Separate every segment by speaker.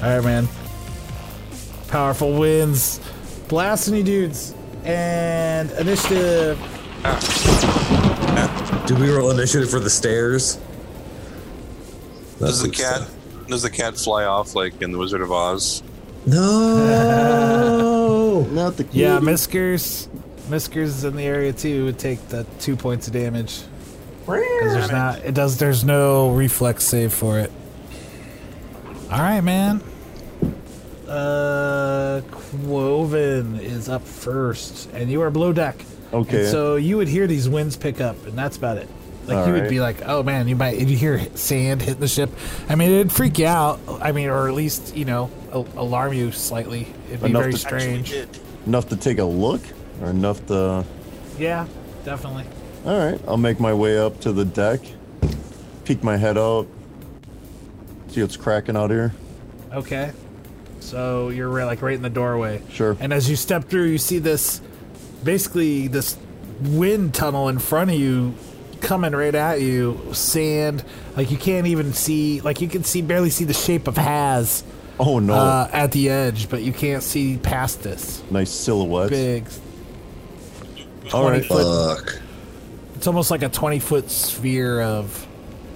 Speaker 1: All right, man. Powerful wins. Blasting you dudes. And initiative.
Speaker 2: Do we roll initiative for the stairs?
Speaker 3: Does the
Speaker 2: good
Speaker 3: cat
Speaker 2: stuff.
Speaker 3: does the cat fly off like in the Wizard of Oz?
Speaker 2: No.
Speaker 4: Not the
Speaker 1: Yeah,
Speaker 4: kitty.
Speaker 1: Miskers. Miskers is in the area too. Would take the two points of damage. 'Cause there's not. It does. There's no reflex save for it. All right, man. Uh, Quoven is up first, and you are below deck.
Speaker 4: Okay.
Speaker 1: And so you would hear these winds pick up, and that's about it. Like
Speaker 4: All
Speaker 1: you would
Speaker 4: right.
Speaker 1: be like, "Oh man, you might." You hear sand hitting the ship. I mean, it'd freak you out. I mean, or at least you know, a- alarm you slightly. It'd be
Speaker 4: Enough
Speaker 1: very
Speaker 4: to-
Speaker 1: strange.
Speaker 4: enough to take a look, or enough to.
Speaker 1: Yeah, definitely.
Speaker 4: All right, I'll make my way up to the deck, peek my head out, see what's cracking out here.
Speaker 1: Okay. So you're right, like right in the doorway.
Speaker 4: Sure.
Speaker 1: And as you step through, you see this, basically this wind tunnel in front of you, coming right at you. Sand, like you can't even see, like you can see barely see the shape of Haz
Speaker 4: Oh no!
Speaker 1: uh, at the edge, but you can't see past this
Speaker 4: nice silhouette.
Speaker 1: big.
Speaker 4: All right,
Speaker 2: Fuck.
Speaker 1: It's almost like a twenty foot sphere of,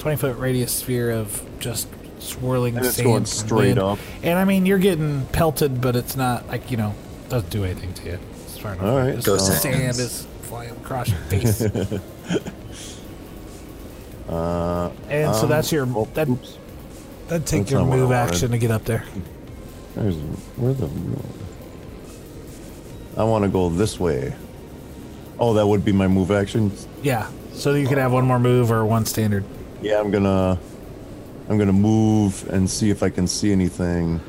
Speaker 1: twenty foot radius sphere of just swirling.
Speaker 4: And it's
Speaker 1: sand
Speaker 4: going
Speaker 1: and
Speaker 4: straight
Speaker 1: wind.
Speaker 4: up.
Speaker 1: And I mean, you're getting pelted, but it's not like you know doesn't do anything to you. It's far enough.
Speaker 4: All right.
Speaker 1: Just
Speaker 2: Go
Speaker 1: sand
Speaker 2: Sands.
Speaker 1: is flying across your face.
Speaker 4: uh,
Speaker 1: and so
Speaker 4: um,
Speaker 1: that's your
Speaker 4: oh,
Speaker 1: that
Speaker 4: oops.
Speaker 1: that take
Speaker 4: That's
Speaker 1: your
Speaker 4: not what I
Speaker 1: move
Speaker 4: wanted.
Speaker 1: action to get up there.
Speaker 4: There's where the. I want to go this way. Oh, that would be my move action.
Speaker 1: Yeah. So you could have one more move or one standard.
Speaker 4: Yeah, I'm gonna, I'm gonna move and see if I can see anything.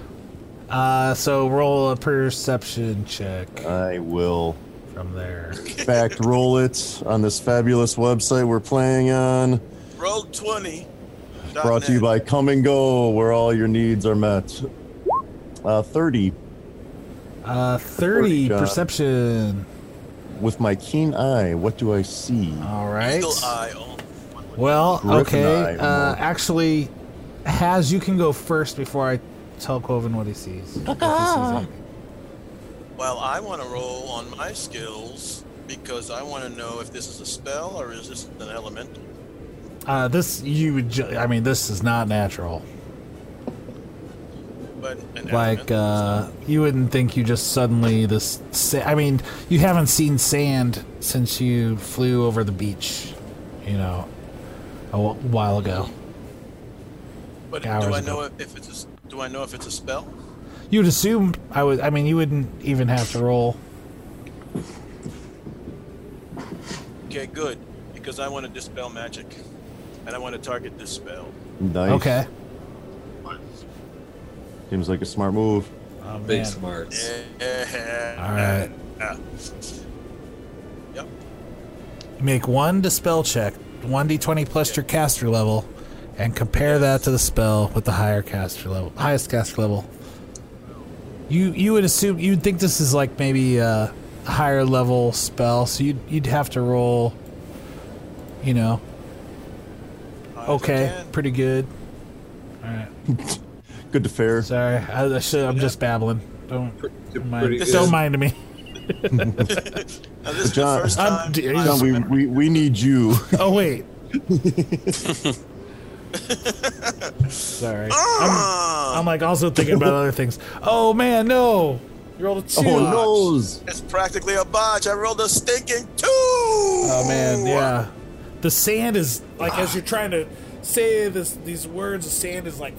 Speaker 1: Uh, so roll a perception check
Speaker 4: I will,
Speaker 1: from there.
Speaker 4: in fact, roll it on this fabulous website we're playing on.
Speaker 5: Rogue 20.
Speaker 4: Brought to you by Come and Go, where all your needs are met. Uh, 30
Speaker 1: Uh, thirty
Speaker 4: shot.
Speaker 1: perception.
Speaker 4: with my keen eye. What do I see?
Speaker 1: All right.
Speaker 5: Eagle Eye. Oh,
Speaker 1: Well,
Speaker 4: Griffin
Speaker 1: okay.
Speaker 4: Eye
Speaker 1: Uh,
Speaker 4: mode.
Speaker 1: actually, Has, you can go first before I tell Coven what he sees. if he sees anything.
Speaker 5: well, I want to roll on my skills because I want to know if this is a spell or is this an elemental.
Speaker 1: Uh, this, you would, ju- I mean, this is not natural.
Speaker 5: But an
Speaker 1: Like,
Speaker 5: elemental.
Speaker 1: uh, you wouldn't think you just suddenly this, sa- I mean, you haven't seen sand since you flew over the beach, you know, a wh- while ago.
Speaker 5: but do
Speaker 1: hours
Speaker 5: I
Speaker 1: ago.
Speaker 5: know if if it's a, s- do I know if it's a spell?
Speaker 1: You would assume, I would, I mean, you wouldn't even have to roll.
Speaker 5: Okay, good, because I want to dispel magic, and I want to target this spell.
Speaker 4: Nice.
Speaker 1: Okay.
Speaker 4: Seems like a smart move.
Speaker 1: Oh,
Speaker 2: Big
Speaker 1: man.
Speaker 2: smarts.
Speaker 5: Yeah.
Speaker 1: All right.
Speaker 5: Yep.
Speaker 1: Make one dispel check, 1d20 plus your caster level, and compare that to the spell with the higher caster level, highest caster level. You you would assume you'd think this is like maybe a higher level spell, so you'd you'd have to roll, you know,
Speaker 5: High as I
Speaker 1: okay,
Speaker 5: can.
Speaker 1: pretty good. All right,
Speaker 4: Good to fair.
Speaker 1: sorry, I, I should, I'm just babbling. Don't mind,
Speaker 2: pretty
Speaker 1: don't
Speaker 2: good.
Speaker 1: mind me.
Speaker 5: Now, this is the
Speaker 4: John-
Speaker 5: first
Speaker 1: I'm
Speaker 5: time.
Speaker 1: d-
Speaker 5: I
Speaker 4: John, we, we, we need you.
Speaker 1: Oh wait. Sorry. I'm, I'm like also thinking about other things. Oh man, no. You rolled a two.
Speaker 4: oh, nose.
Speaker 5: It's practically a botch. I rolled a stinking two.
Speaker 1: Oh, man, yeah. The sand is like as you're trying to say this these words, the sand is like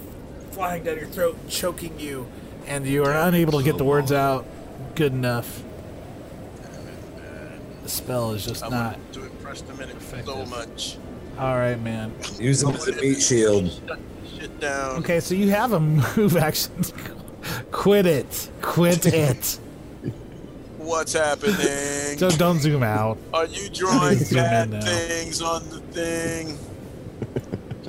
Speaker 1: flying down your throat, and choking you, and you are unable to get the words out good enough. The spell is just
Speaker 5: I
Speaker 1: not.
Speaker 5: wanted to impress the minute so
Speaker 1: effective.
Speaker 5: much.
Speaker 1: All right, man.
Speaker 2: Use up the meat shield.
Speaker 5: Shut this shit down.
Speaker 1: Okay, so you have a move action. Quit it. Quit it.
Speaker 5: What's happening?
Speaker 1: so don't zoom out.
Speaker 5: Are you drawing
Speaker 1: Zoom in
Speaker 5: bad
Speaker 1: now.
Speaker 5: things on the thing?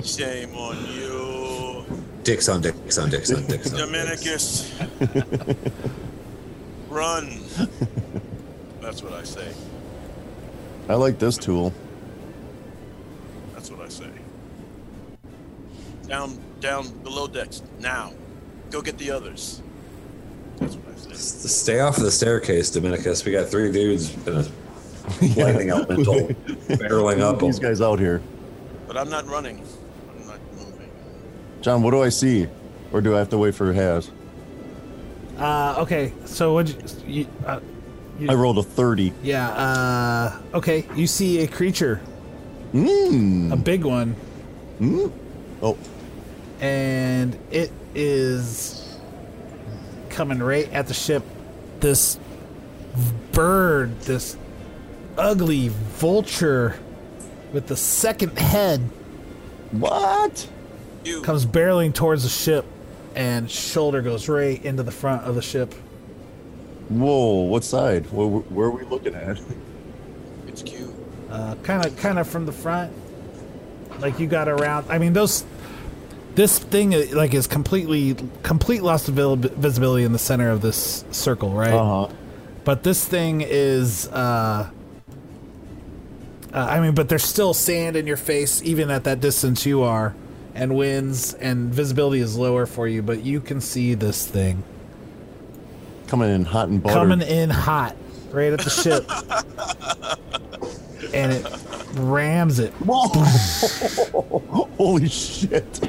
Speaker 5: Shame on you,
Speaker 2: Dicks on dicks on dicks on dicks on dicks.
Speaker 5: Dominicus. Run. That's what I say.
Speaker 4: I like this tool.
Speaker 5: That's what I say. Down, down below decks now. Go get the others. That's what I say.
Speaker 2: S- Stay off of the staircase, Dominicus. We got three dudes in a lightning elemental barreling up.
Speaker 4: These guys out here.
Speaker 5: But I'm not running. I'm not moving.
Speaker 4: John, what do I see? Or do I have to wait for Has?
Speaker 1: Uh, okay, so what? You, you, uh,
Speaker 4: I rolled a 30.
Speaker 1: yeah. Uh, okay, you see a creature,
Speaker 4: Mmm.
Speaker 1: a big one,
Speaker 4: Oh,
Speaker 1: and it is coming right at the ship. This bird, this ugly vulture with the second head,
Speaker 4: what?
Speaker 5: You
Speaker 1: comes barreling towards the ship, and shoulder goes right into the front of the ship.
Speaker 4: Whoa, what side? Where, where are we looking at?
Speaker 5: It's cute.
Speaker 1: kind of kind of Uh, from the front like you got around i mean those this thing uh, like is completely complete lost avail- visibility in the center of this circle right
Speaker 4: Uh huh.
Speaker 1: but this thing is uh, uh i mean but there's still sand in your face even at that distance you are and winds and visibility is lower for you but you can see this thing
Speaker 4: Coming in hot and buttered.
Speaker 1: coming in hot right at the ship and it rams it
Speaker 4: Whoa! Holy shit.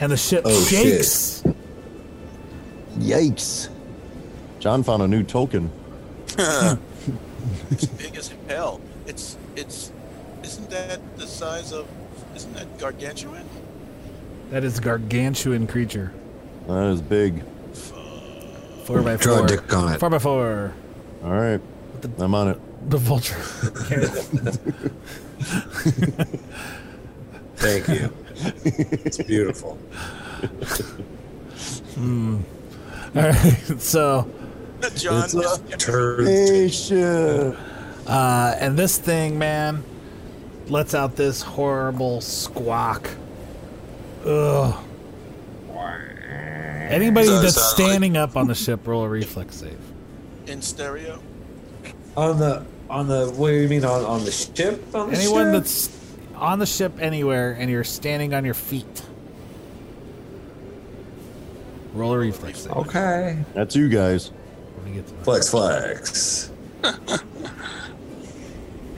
Speaker 1: and the ship
Speaker 2: Oh,
Speaker 1: shakes.
Speaker 4: Yikes. John found a new token.
Speaker 5: big as hell. It's it's isn't that the size of isn't that gargantuan?
Speaker 1: That is a gargantuan creature.
Speaker 4: That is big.
Speaker 1: Four by
Speaker 2: Draw
Speaker 1: four.
Speaker 2: a dick on it.
Speaker 1: Four by four.
Speaker 4: All right. I'm on it.
Speaker 1: The vulture.
Speaker 2: Thank you. It's beautiful.
Speaker 1: All right. So,
Speaker 5: John
Speaker 4: It's a-
Speaker 5: is-
Speaker 2: Turd.
Speaker 4: Hey, shit.
Speaker 1: uh, and this thing, man, lets out this horrible squawk. Ugh. Anybody
Speaker 3: Does that
Speaker 1: that's
Speaker 3: sound like-
Speaker 1: standing up on the ship, roll a reflex save.
Speaker 5: in stereo.
Speaker 2: On the on the what do you mean on, on the ship? On the
Speaker 1: Anyone
Speaker 2: ship?
Speaker 1: that's on the ship anywhere and you're standing on your feet, roll a reflex
Speaker 2: Oh.
Speaker 1: save.
Speaker 2: okay.
Speaker 4: That's you guys.
Speaker 1: Let me get to my-
Speaker 2: Flex flex.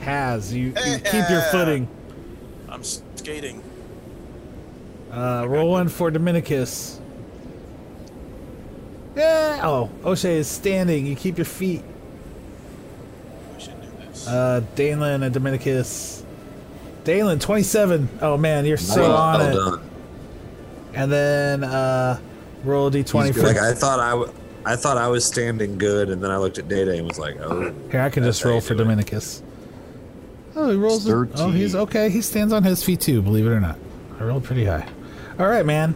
Speaker 1: Has you, you keep your footing.
Speaker 5: I'm skating.
Speaker 1: Uh, roll one for Dominicus. Yeah. Oh, O'Shea is standing. You keep your feet.
Speaker 5: We should do this.
Speaker 1: Uh, Dalen and Dominicus. Dalen, 27. Oh, man, you're so on
Speaker 2: well
Speaker 1: it.
Speaker 2: done.
Speaker 1: And then uh, roll a d20
Speaker 2: He's
Speaker 1: for.
Speaker 2: good. Like I thought I, w- I thought I was standing good, and then I looked at Day Day and was like, oh.
Speaker 1: Here, I can
Speaker 2: That's
Speaker 1: just
Speaker 2: how
Speaker 1: roll
Speaker 2: you
Speaker 1: for
Speaker 2: do it.
Speaker 1: Dominicus. Oh, he rolls. a- oh,
Speaker 4: 13.
Speaker 1: he's okay. He stands on his feet too. Believe it or not, I rolled pretty high. All right, man.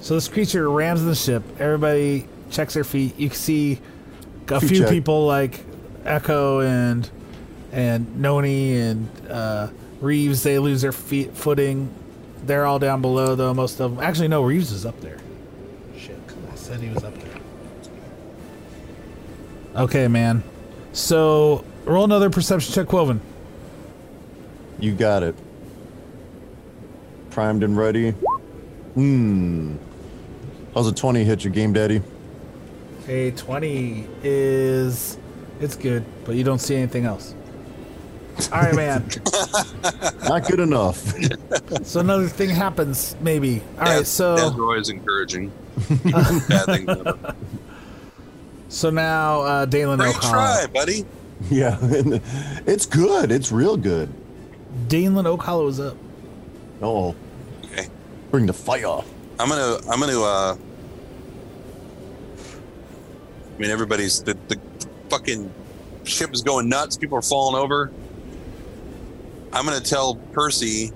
Speaker 1: So this creature rams the ship. Everybody checks their feet. You can see a
Speaker 4: Feet
Speaker 1: few
Speaker 4: check.
Speaker 1: people like Echo and and Noni and uh, Reeves. They lose their feet footing. They're all down below though. Most of them. Actually, no. Reeves is up there. Shit, I said he was up there. Okay, man. So roll another perception check, Quoven.
Speaker 4: You got it. Primed and ready. Mmm. How's a 20 hit your game, Daddy?
Speaker 1: A twenty is it's good, but you don't see anything else. All right, man.
Speaker 4: Not good enough.
Speaker 1: so another thing happens, maybe. All right,
Speaker 3: That's- that's
Speaker 1: so
Speaker 3: always encouraging. Bad thing never.
Speaker 1: so now uh, Dalen
Speaker 3: Great try,
Speaker 1: O'Connell.
Speaker 3: buddy.
Speaker 4: yeah. It's good. It's real good.
Speaker 1: Dalen O'Connell is up.
Speaker 4: Oh,
Speaker 3: Okay,
Speaker 4: bring the fire.
Speaker 3: I'm gonna, I'm gonna. uh I mean, everybody's the, the fucking ship is going nuts. People are falling over. I'm gonna tell Percy.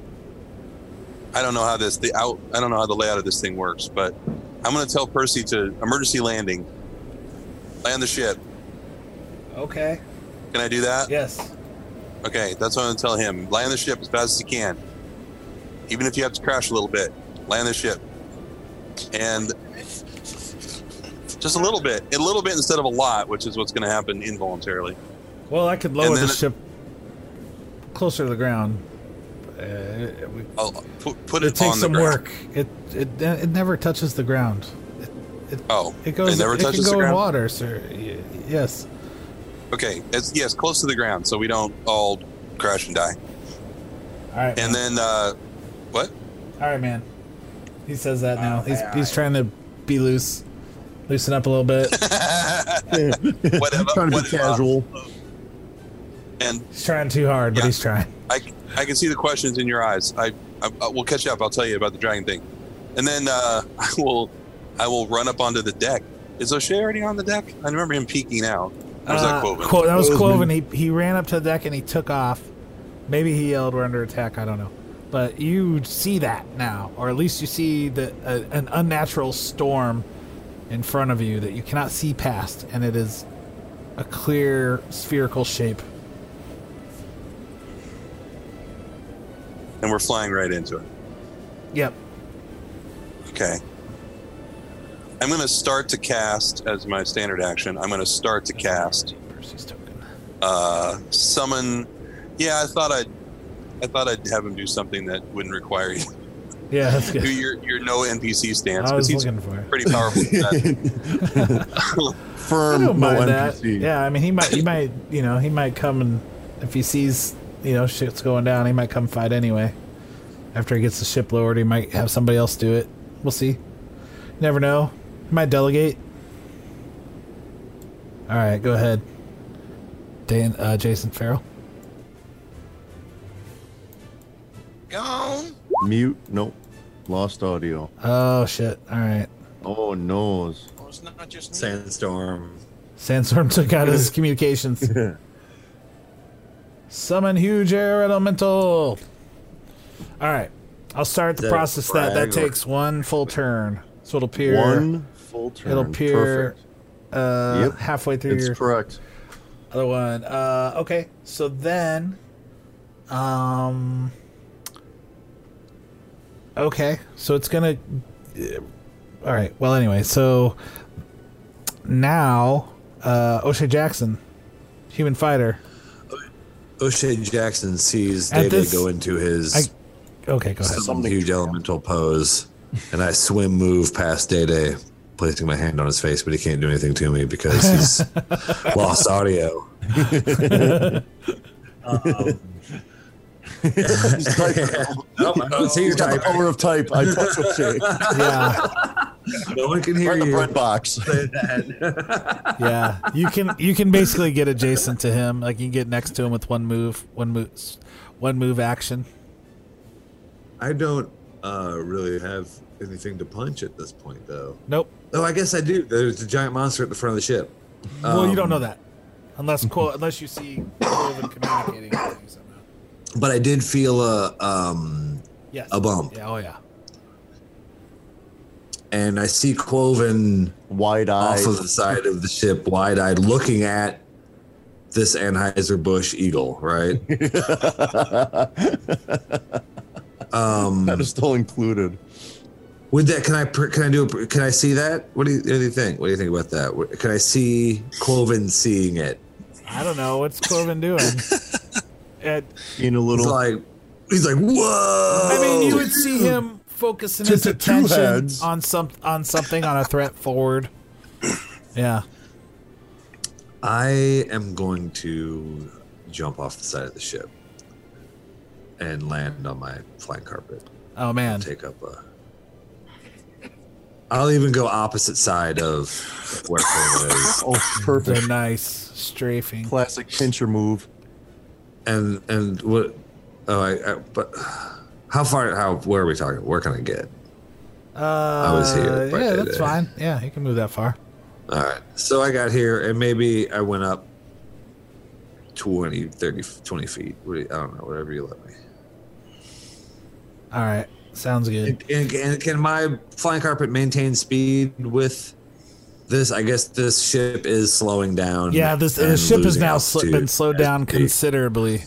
Speaker 3: I don't know how this the out. I don't know how the layout of this thing works, but I'm gonna tell Percy to emergency landing. Land the ship.
Speaker 1: Okay.
Speaker 3: Can I do that?
Speaker 1: Yes.
Speaker 3: Okay, that's what I'm gonna tell him. Land the ship as fast as you can, even if you have to crash a little bit. Land the ship, and just a little bit, a little bit instead of a lot, which is what's going to happen involuntarily.
Speaker 1: Well, I could lower
Speaker 3: And
Speaker 1: the
Speaker 3: then-
Speaker 1: ship closer to the ground. Uh, we-
Speaker 3: I'll Oh, put, put it,
Speaker 1: it takes
Speaker 3: on the
Speaker 1: some
Speaker 3: ground.
Speaker 1: work. It, it it never touches the ground.
Speaker 3: Oh,
Speaker 1: It goes.
Speaker 3: It never
Speaker 1: can
Speaker 3: touches
Speaker 1: go
Speaker 3: the ground.
Speaker 1: in water, sir. Y- Yes.
Speaker 3: Okay, it's yes, close to the ground, so we don't all crash and die.
Speaker 1: All right.
Speaker 3: And then, uh, what?
Speaker 1: All right, man. He says that
Speaker 3: Oh,
Speaker 1: now. he's he's trying to be loose, loosen up a little bit.
Speaker 3: Whatever.
Speaker 4: Trying to be
Speaker 3: whatever.
Speaker 4: casual.
Speaker 3: And
Speaker 1: he's trying too hard, but
Speaker 3: Yeah.
Speaker 1: he's trying.
Speaker 3: I, I can see the questions in your eyes. I, I, I we'll catch up. I'll tell you about the dragon thing, and then uh, I will, I will run up onto the deck. Is O'Shea already on the deck? I remember him peeking out. Or was
Speaker 1: Uh,
Speaker 3: that Quoven?
Speaker 1: Quo- that was
Speaker 4: Quoven.
Speaker 1: Quoven. He he ran up to the deck and he took off. Maybe he yelled, "We're under attack." I don't know. But you see that now, or at least you see the uh, an unnatural storm in front of you that you cannot see past, and it is a clear spherical shape.
Speaker 3: and we're flying right into it.
Speaker 1: Yep.
Speaker 3: Okay. I'm going to start to cast as my standard action. I'm going to start to cast
Speaker 1: Percy's token.
Speaker 3: uh, summon. Yeah, I thought I'd, I thought I'd have him do something that wouldn't require you
Speaker 1: Yeah, that's
Speaker 3: do
Speaker 1: good.
Speaker 3: your your no NPC stance
Speaker 1: I
Speaker 3: because
Speaker 1: was
Speaker 3: he's
Speaker 1: looking for. it.
Speaker 3: pretty powerful. at that.
Speaker 1: I
Speaker 4: Firm, no
Speaker 1: don't mind that.
Speaker 4: NPC.
Speaker 1: Yeah, I mean, he might, he might, you know, he might come and if he sees, you know, shit's going down, he might come fight anyway. After he gets the ship lowered, he might have somebody else do it. We'll see. Never know. He might delegate. All right, go ahead, Dan, uh, Jason Farrell.
Speaker 5: Gone.
Speaker 4: Mute. Nope. Lost audio.
Speaker 1: Oh shit! All right,
Speaker 4: Oh noes.
Speaker 5: Well, it's not just me.
Speaker 2: Sandstorm.
Speaker 1: Sandstorm took out his communications. Summon huge air elemental. All right, I'll start the
Speaker 2: That
Speaker 1: process. That that
Speaker 2: brag or-
Speaker 1: takes one full turn, so it'll appear
Speaker 4: One full turn.
Speaker 1: It'll appear
Speaker 4: Perfect.
Speaker 1: uh,
Speaker 4: Yep.
Speaker 1: halfway through
Speaker 4: It's
Speaker 1: your
Speaker 4: correct.
Speaker 1: other one. Uh, okay, so then, um, okay, so it's gonna. uh, All right. Well, anyway, so now uh, O'Shea Jackson, human fighter.
Speaker 2: O'Shea Jackson sees
Speaker 1: At
Speaker 2: David
Speaker 1: this-
Speaker 2: go into his
Speaker 1: I- Okay, go ahead.
Speaker 2: something huge elemental pose, and I swim move past Day Day, placing my hand on his face, but he can't do anything to me because he's lost audio. um, Nope, I don't see you
Speaker 4: Got the
Speaker 2: type.
Speaker 4: power of type. I touch a shape.
Speaker 1: Yeah,
Speaker 2: No one can hear
Speaker 4: Right in the
Speaker 2: you.
Speaker 4: bread box.
Speaker 1: yeah. You can you can basically get adjacent to him. Like you can get next to him with one move, one move, one move action.
Speaker 2: I don't uh, really have anything to punch at this point, though.
Speaker 1: Nope.
Speaker 2: Oh, I guess I do. There's a giant monster at the front of the ship.
Speaker 1: Well, you
Speaker 2: Um,
Speaker 1: don't know that, unless Quo- unless you see Quoven communicating with you somehow.
Speaker 2: But I did feel a um,
Speaker 1: Yes.
Speaker 2: A bump.
Speaker 1: Yeah. Oh yeah.
Speaker 2: and I see Quoven
Speaker 4: Wide
Speaker 2: off
Speaker 4: eyes.
Speaker 2: of the side of the ship, wide eyed, looking at this Anheuser Busch Eagle, right? um,
Speaker 4: That is still included.
Speaker 2: would that can I pr- can I do a, pr- can I see that? What do you, what do you think? What do you think about that? What- Can I see Quoven seeing it?
Speaker 1: I don't know what's Quoven doing. And,
Speaker 4: In a
Speaker 2: He's
Speaker 4: little.
Speaker 2: like he's like whoa.
Speaker 1: I mean, you would see him focusing his
Speaker 4: Just the two
Speaker 1: attention
Speaker 4: heads.
Speaker 1: on some on something on a threat forward. Yeah.
Speaker 2: I am going to jump off the side of the ship and land on my flying carpet.
Speaker 1: Oh man.
Speaker 2: Take up a. I'll even go opposite side of where Corvo is,
Speaker 4: oh,
Speaker 1: The
Speaker 4: perfect.
Speaker 1: nice strafing.
Speaker 4: Classic pincher move.
Speaker 2: and and what? Oh, I, I but how far? How where are we talking? Where can I get?
Speaker 1: Uh,
Speaker 2: was here, but
Speaker 1: yeah,
Speaker 2: it-
Speaker 1: that's fine. Yeah, you can move that far.
Speaker 2: All right, so I got here, and maybe I went up 20, 30, 20 feet. What do you- I don't know, whatever you let me.
Speaker 1: All right. Sounds good.
Speaker 2: And, and, and can my flying carpet maintain speed with this? I guess this ship is slowing down.
Speaker 1: Yeah, this the
Speaker 2: and
Speaker 1: ship has
Speaker 2: losing
Speaker 1: now sl- been
Speaker 2: altitude.
Speaker 1: slowed down
Speaker 2: Okay.
Speaker 1: considerably.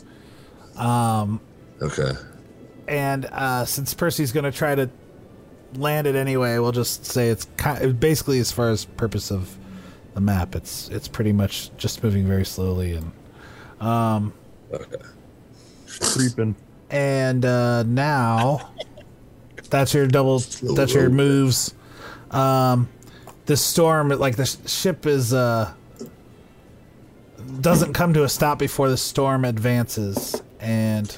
Speaker 2: Okay.
Speaker 1: and uh, since Percy's going to try to land it anyway, we'll just say it's ki basically as far as purpose of the map. It's it's pretty much just moving very slowly and
Speaker 2: Okay.
Speaker 4: Creeping.
Speaker 1: and uh, now that's your double. That's your moves. Um, the storm, like the sh- ship is uh doesn't come to a stop before the storm advances and.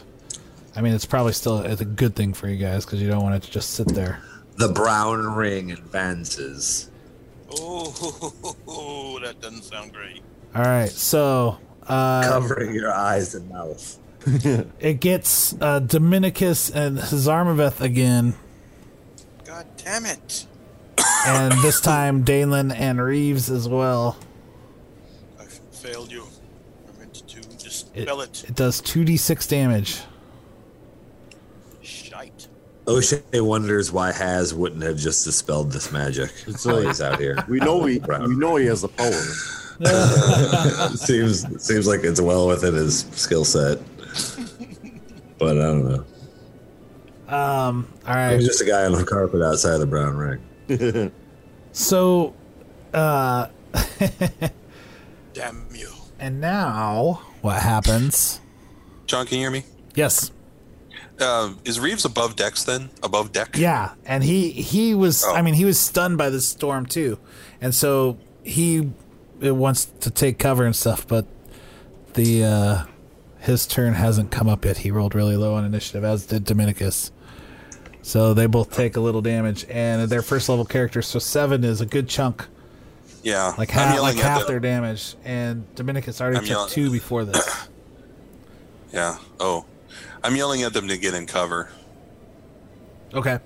Speaker 1: I mean, it's probably still it's a good thing for you guys because you don't want it to just sit there.
Speaker 2: The brown ring advances.
Speaker 5: Oh, that doesn't sound great.
Speaker 1: All right, so uh,
Speaker 2: covering your eyes and mouth.
Speaker 1: it gets uh, Dominicus and Hazarmaveth again,
Speaker 5: God damn it.
Speaker 1: and this time Dalen and Reeves as well.
Speaker 5: I f- failed you. I meant to dispel it.
Speaker 1: It does two d six damage.
Speaker 5: Shite.
Speaker 2: O'Shea wonders why Haz wouldn't have just dispelled this magic. It's
Speaker 4: like-
Speaker 2: always out here.
Speaker 4: We know he,
Speaker 2: Brown.
Speaker 4: we know he has the power.
Speaker 2: It seems it seems like it's well within his skill set, but I don't know.
Speaker 1: Um, all
Speaker 2: He's
Speaker 1: right,
Speaker 2: just a guy on the carpet outside the brown ring.
Speaker 1: so uh,
Speaker 5: Damn you.
Speaker 1: and now what happens?
Speaker 3: John, can you hear me?
Speaker 1: Yes,
Speaker 3: Um, is Reeves above decks then? Above deck?
Speaker 1: yeah, and he he was.
Speaker 3: Oh.
Speaker 1: I mean, he was stunned by the storm too, and so he it wants to take cover and stuff, but the uh, his turn hasn't come up yet. He rolled really low on initiative, as did Dominicus. So they both take a little damage, and their first level characters. So seven is a good chunk,
Speaker 3: Yeah.
Speaker 1: like
Speaker 3: I'm
Speaker 1: half, like
Speaker 3: yelling at
Speaker 1: half
Speaker 3: the-
Speaker 1: their damage. And Dominicus already
Speaker 3: I'm
Speaker 1: took
Speaker 3: yelling-
Speaker 1: two before this.
Speaker 3: Yeah. Oh, I'm yelling at them to get in cover.
Speaker 1: okay,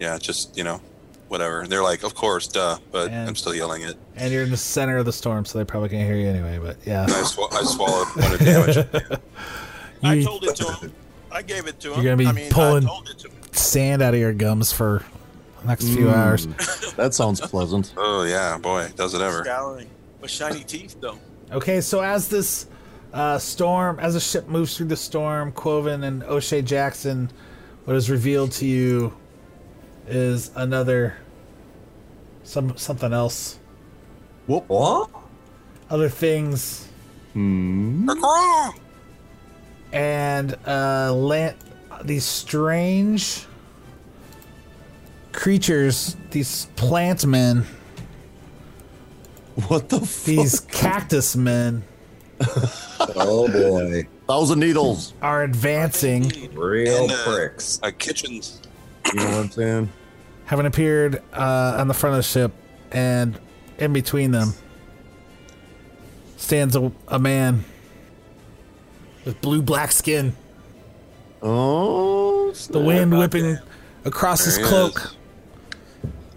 Speaker 3: Yeah. Just you know, whatever. They're like, of course, duh. But
Speaker 1: And-
Speaker 3: I'm still yelling it.
Speaker 1: and you're in the center of the storm, so they probably can't hear you anyway. But yeah,
Speaker 3: I, sw- I swallowed one of damage.
Speaker 5: I
Speaker 1: You-
Speaker 5: told it to him. I gave it to him.
Speaker 1: gonna be
Speaker 5: I mean,
Speaker 1: pulling-
Speaker 5: I told it to him.
Speaker 1: sand out of your gums for the next few
Speaker 3: Mm.
Speaker 1: hours.
Speaker 4: That sounds pleasant.
Speaker 3: Oh yeah, boy, does it ever?
Speaker 5: Scouring. With shiny teeth, though.
Speaker 1: Okay, so as this uh, storm, as the ship moves through the storm, Quoven and O'Shea Jackson, what is revealed to you is another some something else,
Speaker 4: What?
Speaker 1: other things, and uh, land, these strange creatures, these plant men,
Speaker 4: What the fuck?
Speaker 1: these cactus men
Speaker 2: Oh boy,
Speaker 4: Thousand needles.
Speaker 1: are advancing.
Speaker 2: real
Speaker 3: And, uh,
Speaker 2: pricks!
Speaker 3: A kitchen's
Speaker 4: You know what I'm saying?
Speaker 1: haven't appeared uh, on the front of the ship, and in between them stands a, a man with blue black skin,
Speaker 4: Oh,
Speaker 1: the
Speaker 4: snap.
Speaker 1: wind whipping across his
Speaker 3: There he
Speaker 1: cloak,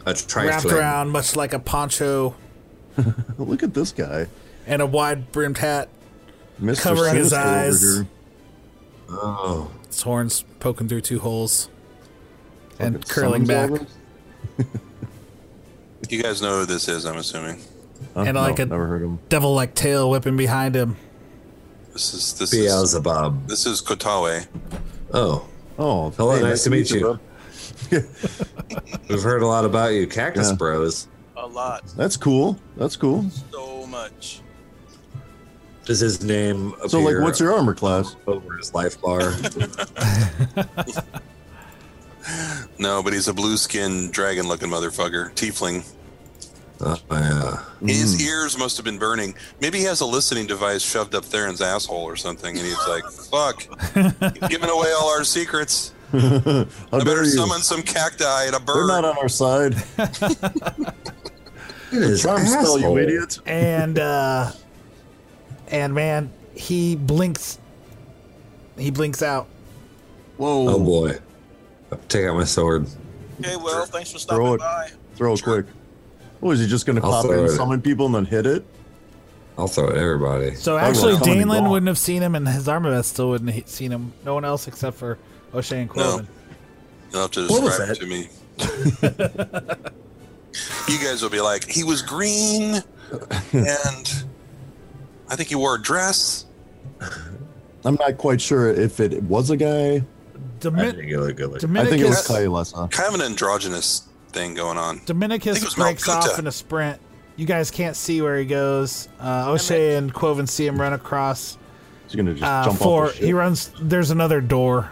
Speaker 2: A
Speaker 1: wrapped
Speaker 2: trifling.
Speaker 1: around much like a poncho
Speaker 4: Look at this guy.
Speaker 1: and a wide brimmed hat,
Speaker 4: Mr.
Speaker 1: Covering his
Speaker 4: Sinister over
Speaker 1: eyes.
Speaker 4: here.
Speaker 2: Oh,
Speaker 1: his horns poking through two holes, and
Speaker 4: Fucking
Speaker 1: curling
Speaker 4: summons
Speaker 1: back.
Speaker 4: all this?
Speaker 3: You guys know who this is, I'm assuming.
Speaker 4: Huh?
Speaker 1: And like
Speaker 4: No,
Speaker 1: a-
Speaker 4: never heard him.
Speaker 1: Devil like tail whipping behind him.
Speaker 3: This is this is
Speaker 2: Beelzebub.
Speaker 3: this is Kotawe.
Speaker 2: Oh,
Speaker 4: Oh,
Speaker 2: Hello, nice to meet you.
Speaker 4: bud.
Speaker 2: we've heard a lot about you, Cactus
Speaker 4: Yeah.
Speaker 2: Bros.
Speaker 5: A lot.
Speaker 4: That's cool. That's cool.
Speaker 5: So much.
Speaker 2: Does his name appear
Speaker 4: So, like, what's your armor class?
Speaker 2: over his life bar?
Speaker 3: No, but he's a blue skinned dragon looking motherfucker. Tiefling.
Speaker 2: oh, yeah.
Speaker 3: His ears must have been burning. Maybe he has a listening device shoved up there in his asshole or something, and he's like, fuck. He's giving away all our secrets.
Speaker 4: How
Speaker 3: I better
Speaker 4: dare you?
Speaker 3: summon some cacti and a
Speaker 4: They're
Speaker 3: bird.
Speaker 4: not on our side.
Speaker 2: His
Speaker 4: Charm spell, you
Speaker 2: asshole.
Speaker 4: idiot.
Speaker 1: and uh and man he blinks he blinks out
Speaker 4: Whoa.
Speaker 2: Oh boy. Take out my sword.
Speaker 5: Okay, well, thanks for
Speaker 4: Throw it.
Speaker 5: stopping by.
Speaker 4: Throw it quick. What is he just going to
Speaker 2: I'll
Speaker 4: pop
Speaker 2: throw
Speaker 4: in,
Speaker 2: it.
Speaker 4: summon people, and then hit it?
Speaker 2: I'll throw it at everybody.
Speaker 1: So
Speaker 4: I
Speaker 1: actually,
Speaker 4: will. Tony
Speaker 1: Danelin
Speaker 4: Ball.
Speaker 1: wouldn't have seen him, and his armavest still wouldn't have seen him. No one else except for O'Shea and
Speaker 3: No.
Speaker 1: Corbin.
Speaker 3: You'll have to
Speaker 2: What was
Speaker 3: describe it
Speaker 2: that?
Speaker 3: to me. you guys will be like, he was green, and I think he wore a dress.
Speaker 4: I'm not quite sure if it was a guy.
Speaker 2: I
Speaker 1: Domin-
Speaker 2: think you look good. looking.
Speaker 4: I think it was
Speaker 1: Dominicus,
Speaker 4: Kaiolessa.
Speaker 3: Kind of an androgynous thing going on. I think it
Speaker 1: Dominicus
Speaker 3: was Mount
Speaker 1: breaks off
Speaker 3: Kuta.
Speaker 1: in a sprint. You guys can't see where he goes. Uh, O'Shea and Quoven see him run across.
Speaker 4: He's gonna just
Speaker 1: Uh,
Speaker 4: jump
Speaker 1: for
Speaker 4: off. The ship.
Speaker 1: he runs. There's another door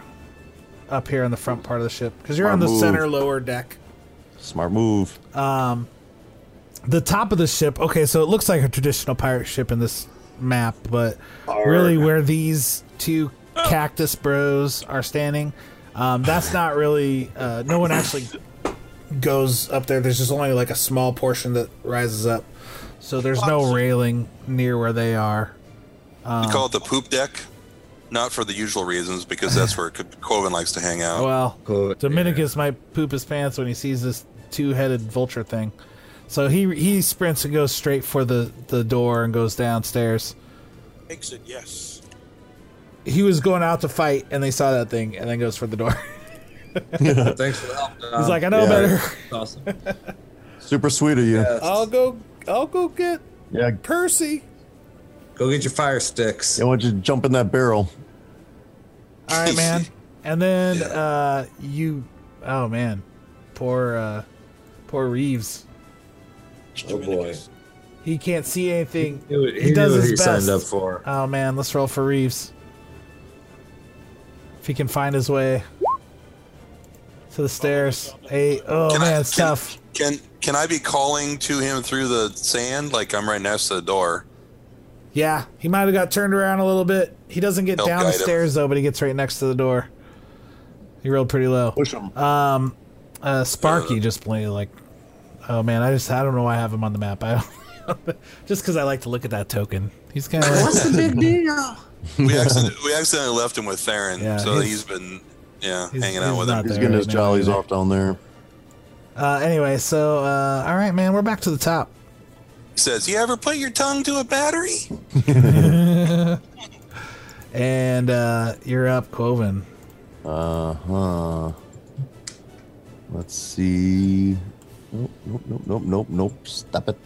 Speaker 1: up here in the front part of the ship because you're
Speaker 4: Our
Speaker 1: on the
Speaker 4: move.
Speaker 1: center lower deck.
Speaker 4: Smart move.
Speaker 1: the top of the ship. Okay, so it looks like a traditional pirate ship in this map, but really where these two cactus bros are standing, um, that's not really. Uh, no one actually goes up there. There's just only like a small portion that rises up, so there's no railing near where they are.
Speaker 3: We call it the poop deck, not for the usual reasons, because that's where Co- Coven likes to hang out.
Speaker 1: Well,
Speaker 2: Cool.
Speaker 1: Dominicus might poop his pants when he sees this two-headed vulture thing. So he he sprints and goes straight for the, the door and goes downstairs.
Speaker 5: Exit, yes.
Speaker 1: he was going out to fight and they saw that thing and then goes for the door.
Speaker 2: Thanks for the help. Dom.
Speaker 1: He's like, I know
Speaker 4: yeah.
Speaker 1: better.
Speaker 2: awesome.
Speaker 4: Super sweet of you. Yeah.
Speaker 1: I'll go I'll go get Percy.
Speaker 2: Go get your fire sticks.
Speaker 4: I want you to jump in that barrel.
Speaker 1: All right, man. And then uh you oh man. Poor uh poor Reeves.
Speaker 2: Oh boy.
Speaker 1: He can't see anything.
Speaker 2: He, knew- he,
Speaker 1: He does
Speaker 2: knew
Speaker 1: his
Speaker 2: what he signed
Speaker 1: best.
Speaker 2: up for.
Speaker 1: Oh man, let's roll for Reeves. If he can find his way to the stairs. Hey, oh
Speaker 3: Can I-
Speaker 1: man, it's
Speaker 3: can-
Speaker 1: tough.
Speaker 3: Can can I be calling to him through the sand? Like I'm right next to the door.
Speaker 1: Yeah, he might have got turned around a little bit. He doesn't get
Speaker 3: Help
Speaker 1: down the
Speaker 3: guide him.
Speaker 1: stairs though, but he gets right next to the door. He rolled pretty low.
Speaker 4: Push him.
Speaker 1: Uh, Sparky just played like, oh man, I just I don't know why I have him on the map. I don't, just because I like to look at that token. He's kind of like,
Speaker 3: We accidentally, we accidentally left him with Theron,
Speaker 1: Yeah,
Speaker 3: so
Speaker 1: he's-
Speaker 3: he's been yeah
Speaker 1: he's-
Speaker 3: hanging out
Speaker 1: he's
Speaker 3: with
Speaker 1: not
Speaker 3: him.
Speaker 4: He's
Speaker 1: there
Speaker 4: getting his
Speaker 1: right now,
Speaker 4: jollies
Speaker 1: yeah.
Speaker 4: off down there.
Speaker 1: uh, anyway. So uh, all right, man, we're back to the top.
Speaker 3: He says, "You ever put your tongue to a battery?"
Speaker 1: And uh, you're up, Quoven.
Speaker 4: Uh huh. Let's see. Nope, nope, nope, nope, nope, nope. Stop it.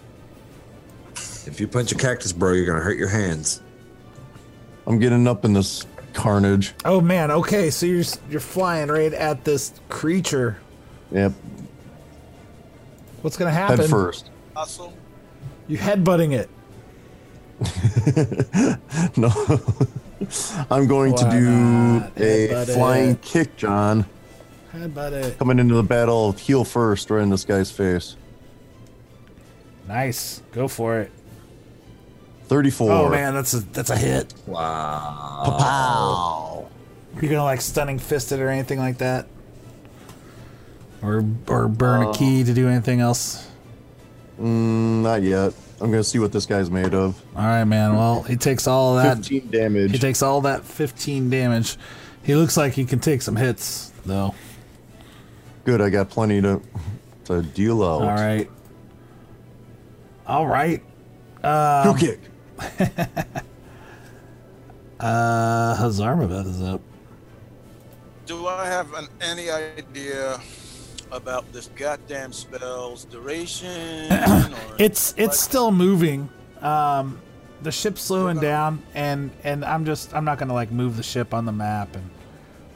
Speaker 2: If you punch a cactus, bro, you're gonna hurt your hands.
Speaker 4: I'm getting up in this carnage.
Speaker 1: Oh man, okay, so you're s- you're flying right at this creature.
Speaker 4: Yep.
Speaker 1: What's gonna happen?
Speaker 4: Head first.
Speaker 5: Hustle.
Speaker 1: You headbutting it.
Speaker 4: No. I'm going
Speaker 1: Why
Speaker 4: to
Speaker 1: not?
Speaker 4: do a
Speaker 1: Headbutt
Speaker 4: flying
Speaker 1: it.
Speaker 4: kick, John.
Speaker 1: Headbutt it.
Speaker 4: Coming into the battle, heel first, right in this guy's face.
Speaker 1: Nice. Go for it.
Speaker 4: 34.
Speaker 1: Oh man, that's a that's a hit.
Speaker 2: Wow.
Speaker 1: You're gonna like stunning fist it or anything like that, or or burn a key to do anything else.
Speaker 4: Not yet. I'm going to see what this guy's made of.
Speaker 1: All right, man. Well, he takes all that.
Speaker 4: 15
Speaker 1: He
Speaker 4: damage.
Speaker 1: takes all that 15 damage. He looks like he can take some hits though.
Speaker 4: Good, I got plenty to to deal out.
Speaker 1: All right. All right. Um,
Speaker 4: Heel kick.
Speaker 1: Uh, Hazarmaveth is up.
Speaker 5: Do I have an, any idea about this goddamn spell's duration? or
Speaker 1: It's it's
Speaker 5: what?
Speaker 1: still moving. Um, the ship's slowing down, and and I'm just I'm not gonna like move the ship on the map and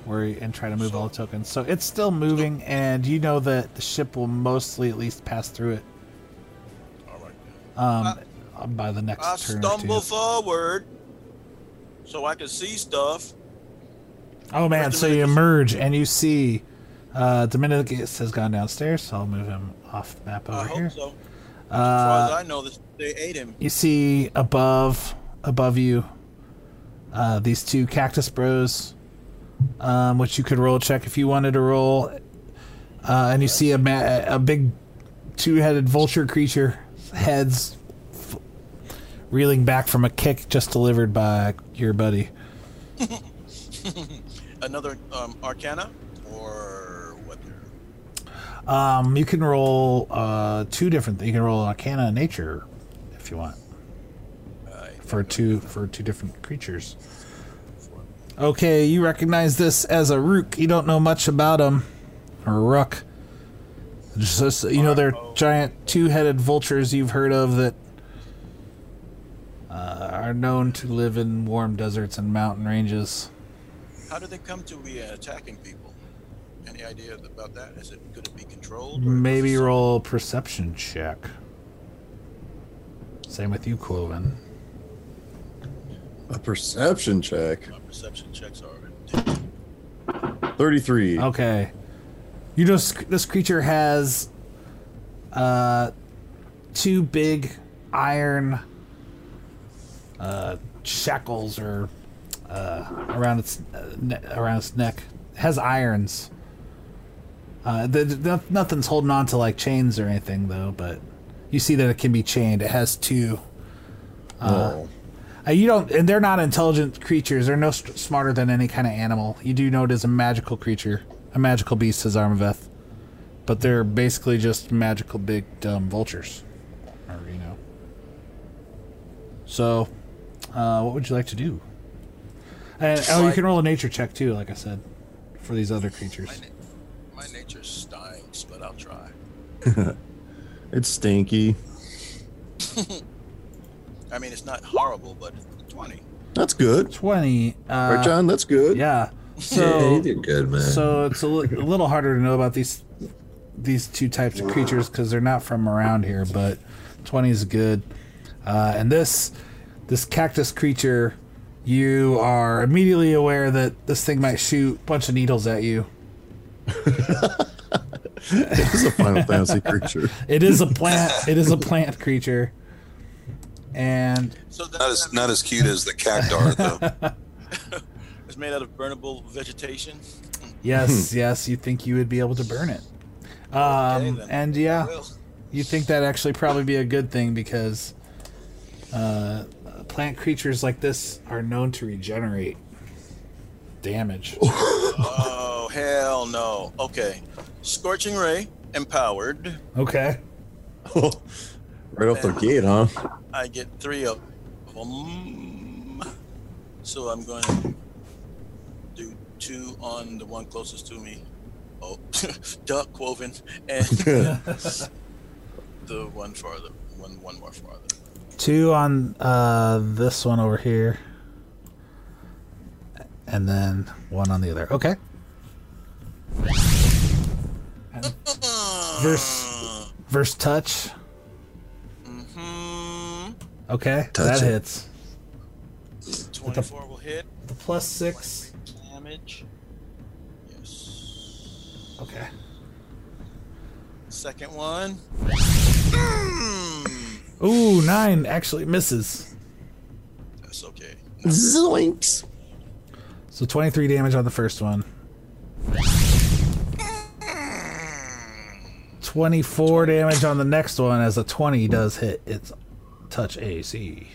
Speaker 1: worry and try to move all the tokens. So it's still moving, and you know that the ship will mostly at least pass through it. Um, by the next
Speaker 5: I
Speaker 1: turn. or two.
Speaker 5: stumble forward so I can see stuff.
Speaker 1: Oh man! So you emerge and you see. Uh, Dominicus has gone downstairs, so I'll move him off map over
Speaker 5: I hope
Speaker 1: here. Uh,
Speaker 5: so. As far as I know, this, they ate him.
Speaker 1: you see above above you uh, these two cactus bros um, which you could roll check if you wanted to roll uh, and you see a, ma- a big two-headed vulture creature heads f- reeling back from a kick just delivered by your buddy
Speaker 5: Another um, Arcana or what?
Speaker 1: um, you can roll uh, two different you can roll arcana and nature if you want for two for two different creatures. Okay, you recognize this as a rook. You don't know much about them, or rook. Just, just- you know, they're giant two-headed vultures you've heard of that uh, are known to live in warm deserts and mountain ranges.
Speaker 5: How do they come to be uh, attacking people? Any idea about that? Is it going to be controlled? or is it
Speaker 1: Maybe
Speaker 5: just-
Speaker 1: roll perception check. Same with you, Cloven.
Speaker 4: A perception check.
Speaker 5: My perception checks are.
Speaker 4: 33.
Speaker 1: Okay. You know, sc- this creature has uh, two big iron uh, shackles or uh, around its uh, ne- around its neck. It has irons. Uh, the, the, nothing's holding on to like chains or anything though, but you see that it can be chained. It has two.
Speaker 4: Oh.
Speaker 1: Uh, you don't, and they're not intelligent creatures. They're no s smarter than any kind of animal. You do know it is a magical creature, a magical beast, says Armaveth. But they're basically just magical big dumb vultures, or you know. So, uh, what would you like to do? And, oh, you can roll a nature check too, like I said, for these other
Speaker 5: My,
Speaker 1: creatures.
Speaker 5: na- my nature's stinks, but I'll try.
Speaker 4: It's stinky.
Speaker 5: I mean, it's not horrible, but 20.
Speaker 4: That's good.
Speaker 1: Twenty. Uh,
Speaker 4: right, John? That's good.
Speaker 1: Yeah.
Speaker 2: Yeah,
Speaker 1: So
Speaker 2: you did good, man.
Speaker 1: So it's a li- a little harder to know about these these two types of creatures because they're not from around here. But twenty is good. Uh, and this this cactus creature, you are immediately aware that this thing might shoot a bunch of needles at you.
Speaker 4: This is a Final Fantasy creature.
Speaker 1: It is a plant. it is a plant creature. And
Speaker 5: So that,
Speaker 3: Not as not as cute as the cactar though.
Speaker 5: it's made out of burnable vegetation.
Speaker 1: yes, yes, you think you would be able to burn it.
Speaker 5: Hmm. Okay,
Speaker 1: Um,
Speaker 5: then.
Speaker 1: and yeah.
Speaker 5: Well,
Speaker 1: You think that actually probably be a good thing because uh, plant creatures like this are known to regenerate damage.
Speaker 5: oh, hell no. Okay. Scorching Ray, empowered.
Speaker 1: Okay.
Speaker 4: right off the gate, huh?
Speaker 5: I get three of them. So I'm going to do two on the one closest to me. Oh, duck Quoven. And the one farther. One, one more farther.
Speaker 1: Two on uh, this one over here, and then one on the other. Okay. And Verse, verse touch.
Speaker 5: Hmm.
Speaker 1: Okay,
Speaker 2: Touch
Speaker 1: that
Speaker 2: it.
Speaker 1: hits.
Speaker 5: 24 will hit.
Speaker 1: The plus six.
Speaker 5: Damage. Yes.
Speaker 1: Okay.
Speaker 5: Second one.
Speaker 1: Ooh, nine actually misses.
Speaker 5: That's okay.
Speaker 4: Zoinks.
Speaker 1: So 23 damage on the first one. 24 damage on the next one as a 20 does hit its touch AC.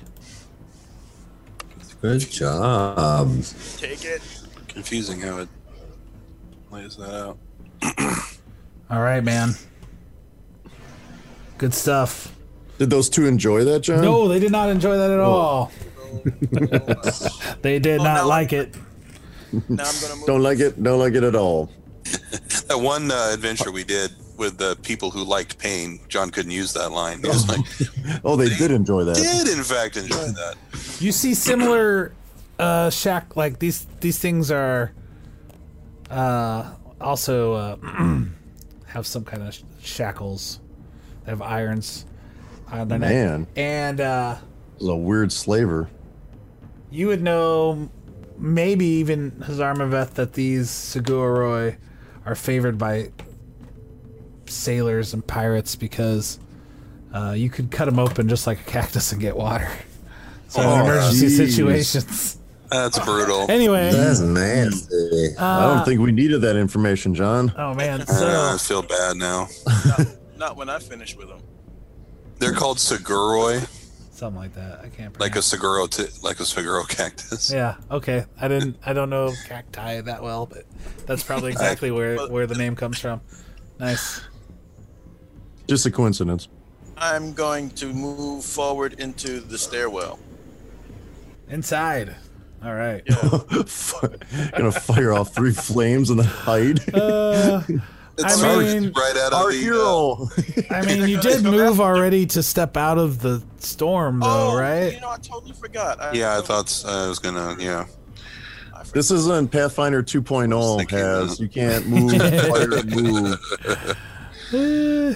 Speaker 2: good job.
Speaker 5: Take it.
Speaker 3: Confusing how it lays that out.
Speaker 1: All right, man. Good stuff.
Speaker 4: Did those two enjoy that, John?
Speaker 1: No, they did not enjoy that at all. They did not
Speaker 5: no.
Speaker 1: like it.
Speaker 5: Now I'm gonna move.
Speaker 4: Don't like it. Don't like it at all.
Speaker 3: That one uh, adventure we did with the people who liked pain, John couldn't use that line. He was like,
Speaker 4: Oh, they did enjoy that.
Speaker 3: did in fact enjoy that.
Speaker 1: You see similar uh shack like these these things are uh also uh have some kind of sh- shackles. They have irons on their neck.
Speaker 4: Man,
Speaker 1: And uh
Speaker 4: it was a weird slaver.
Speaker 1: you would know maybe even Hazarmaveth that these Seguroi are favored by sailors and pirates because uh, you could cut them open just like a cactus and get water. So in
Speaker 3: Oh,
Speaker 1: emergency
Speaker 4: jeez.
Speaker 1: situations.
Speaker 3: That's brutal.
Speaker 1: Anyway,
Speaker 2: That's nasty.
Speaker 4: I
Speaker 1: Uh.
Speaker 4: don't think we needed that information, John.
Speaker 1: Oh man,
Speaker 3: Uh,
Speaker 1: so
Speaker 3: I feel bad now.
Speaker 5: Not when I finish with them.
Speaker 3: They're called Seguroi,
Speaker 1: something like that. I can't.
Speaker 3: like a
Speaker 1: pronounce-
Speaker 3: Seguro, t- like a Seguro cactus.
Speaker 1: Yeah. Okay. I didn't. I don't know cacti that well, but that's probably exactly where where the name comes from. Nice.
Speaker 4: Just a coincidence.
Speaker 5: I'm going to move forward into the stairwell.
Speaker 1: Inside. All right.
Speaker 4: Fi- gonna fire off three flames and then hide.
Speaker 1: Uh, I
Speaker 3: It's hard.
Speaker 1: mean-
Speaker 3: It's right out
Speaker 4: Our
Speaker 3: of the. uh,
Speaker 4: hero.
Speaker 1: I mean, you did move already to step out of the storm, though,
Speaker 5: oh,
Speaker 1: right?
Speaker 5: You know, I totally forgot. I,
Speaker 3: yeah, I thought uh, I was gonna. Yeah,
Speaker 5: I forgot.
Speaker 4: This isn't Pathfinder
Speaker 3: I was
Speaker 4: 2.0,
Speaker 3: thinking
Speaker 4: Has.
Speaker 3: that.
Speaker 4: You can't move, fire, and move.
Speaker 1: Eh.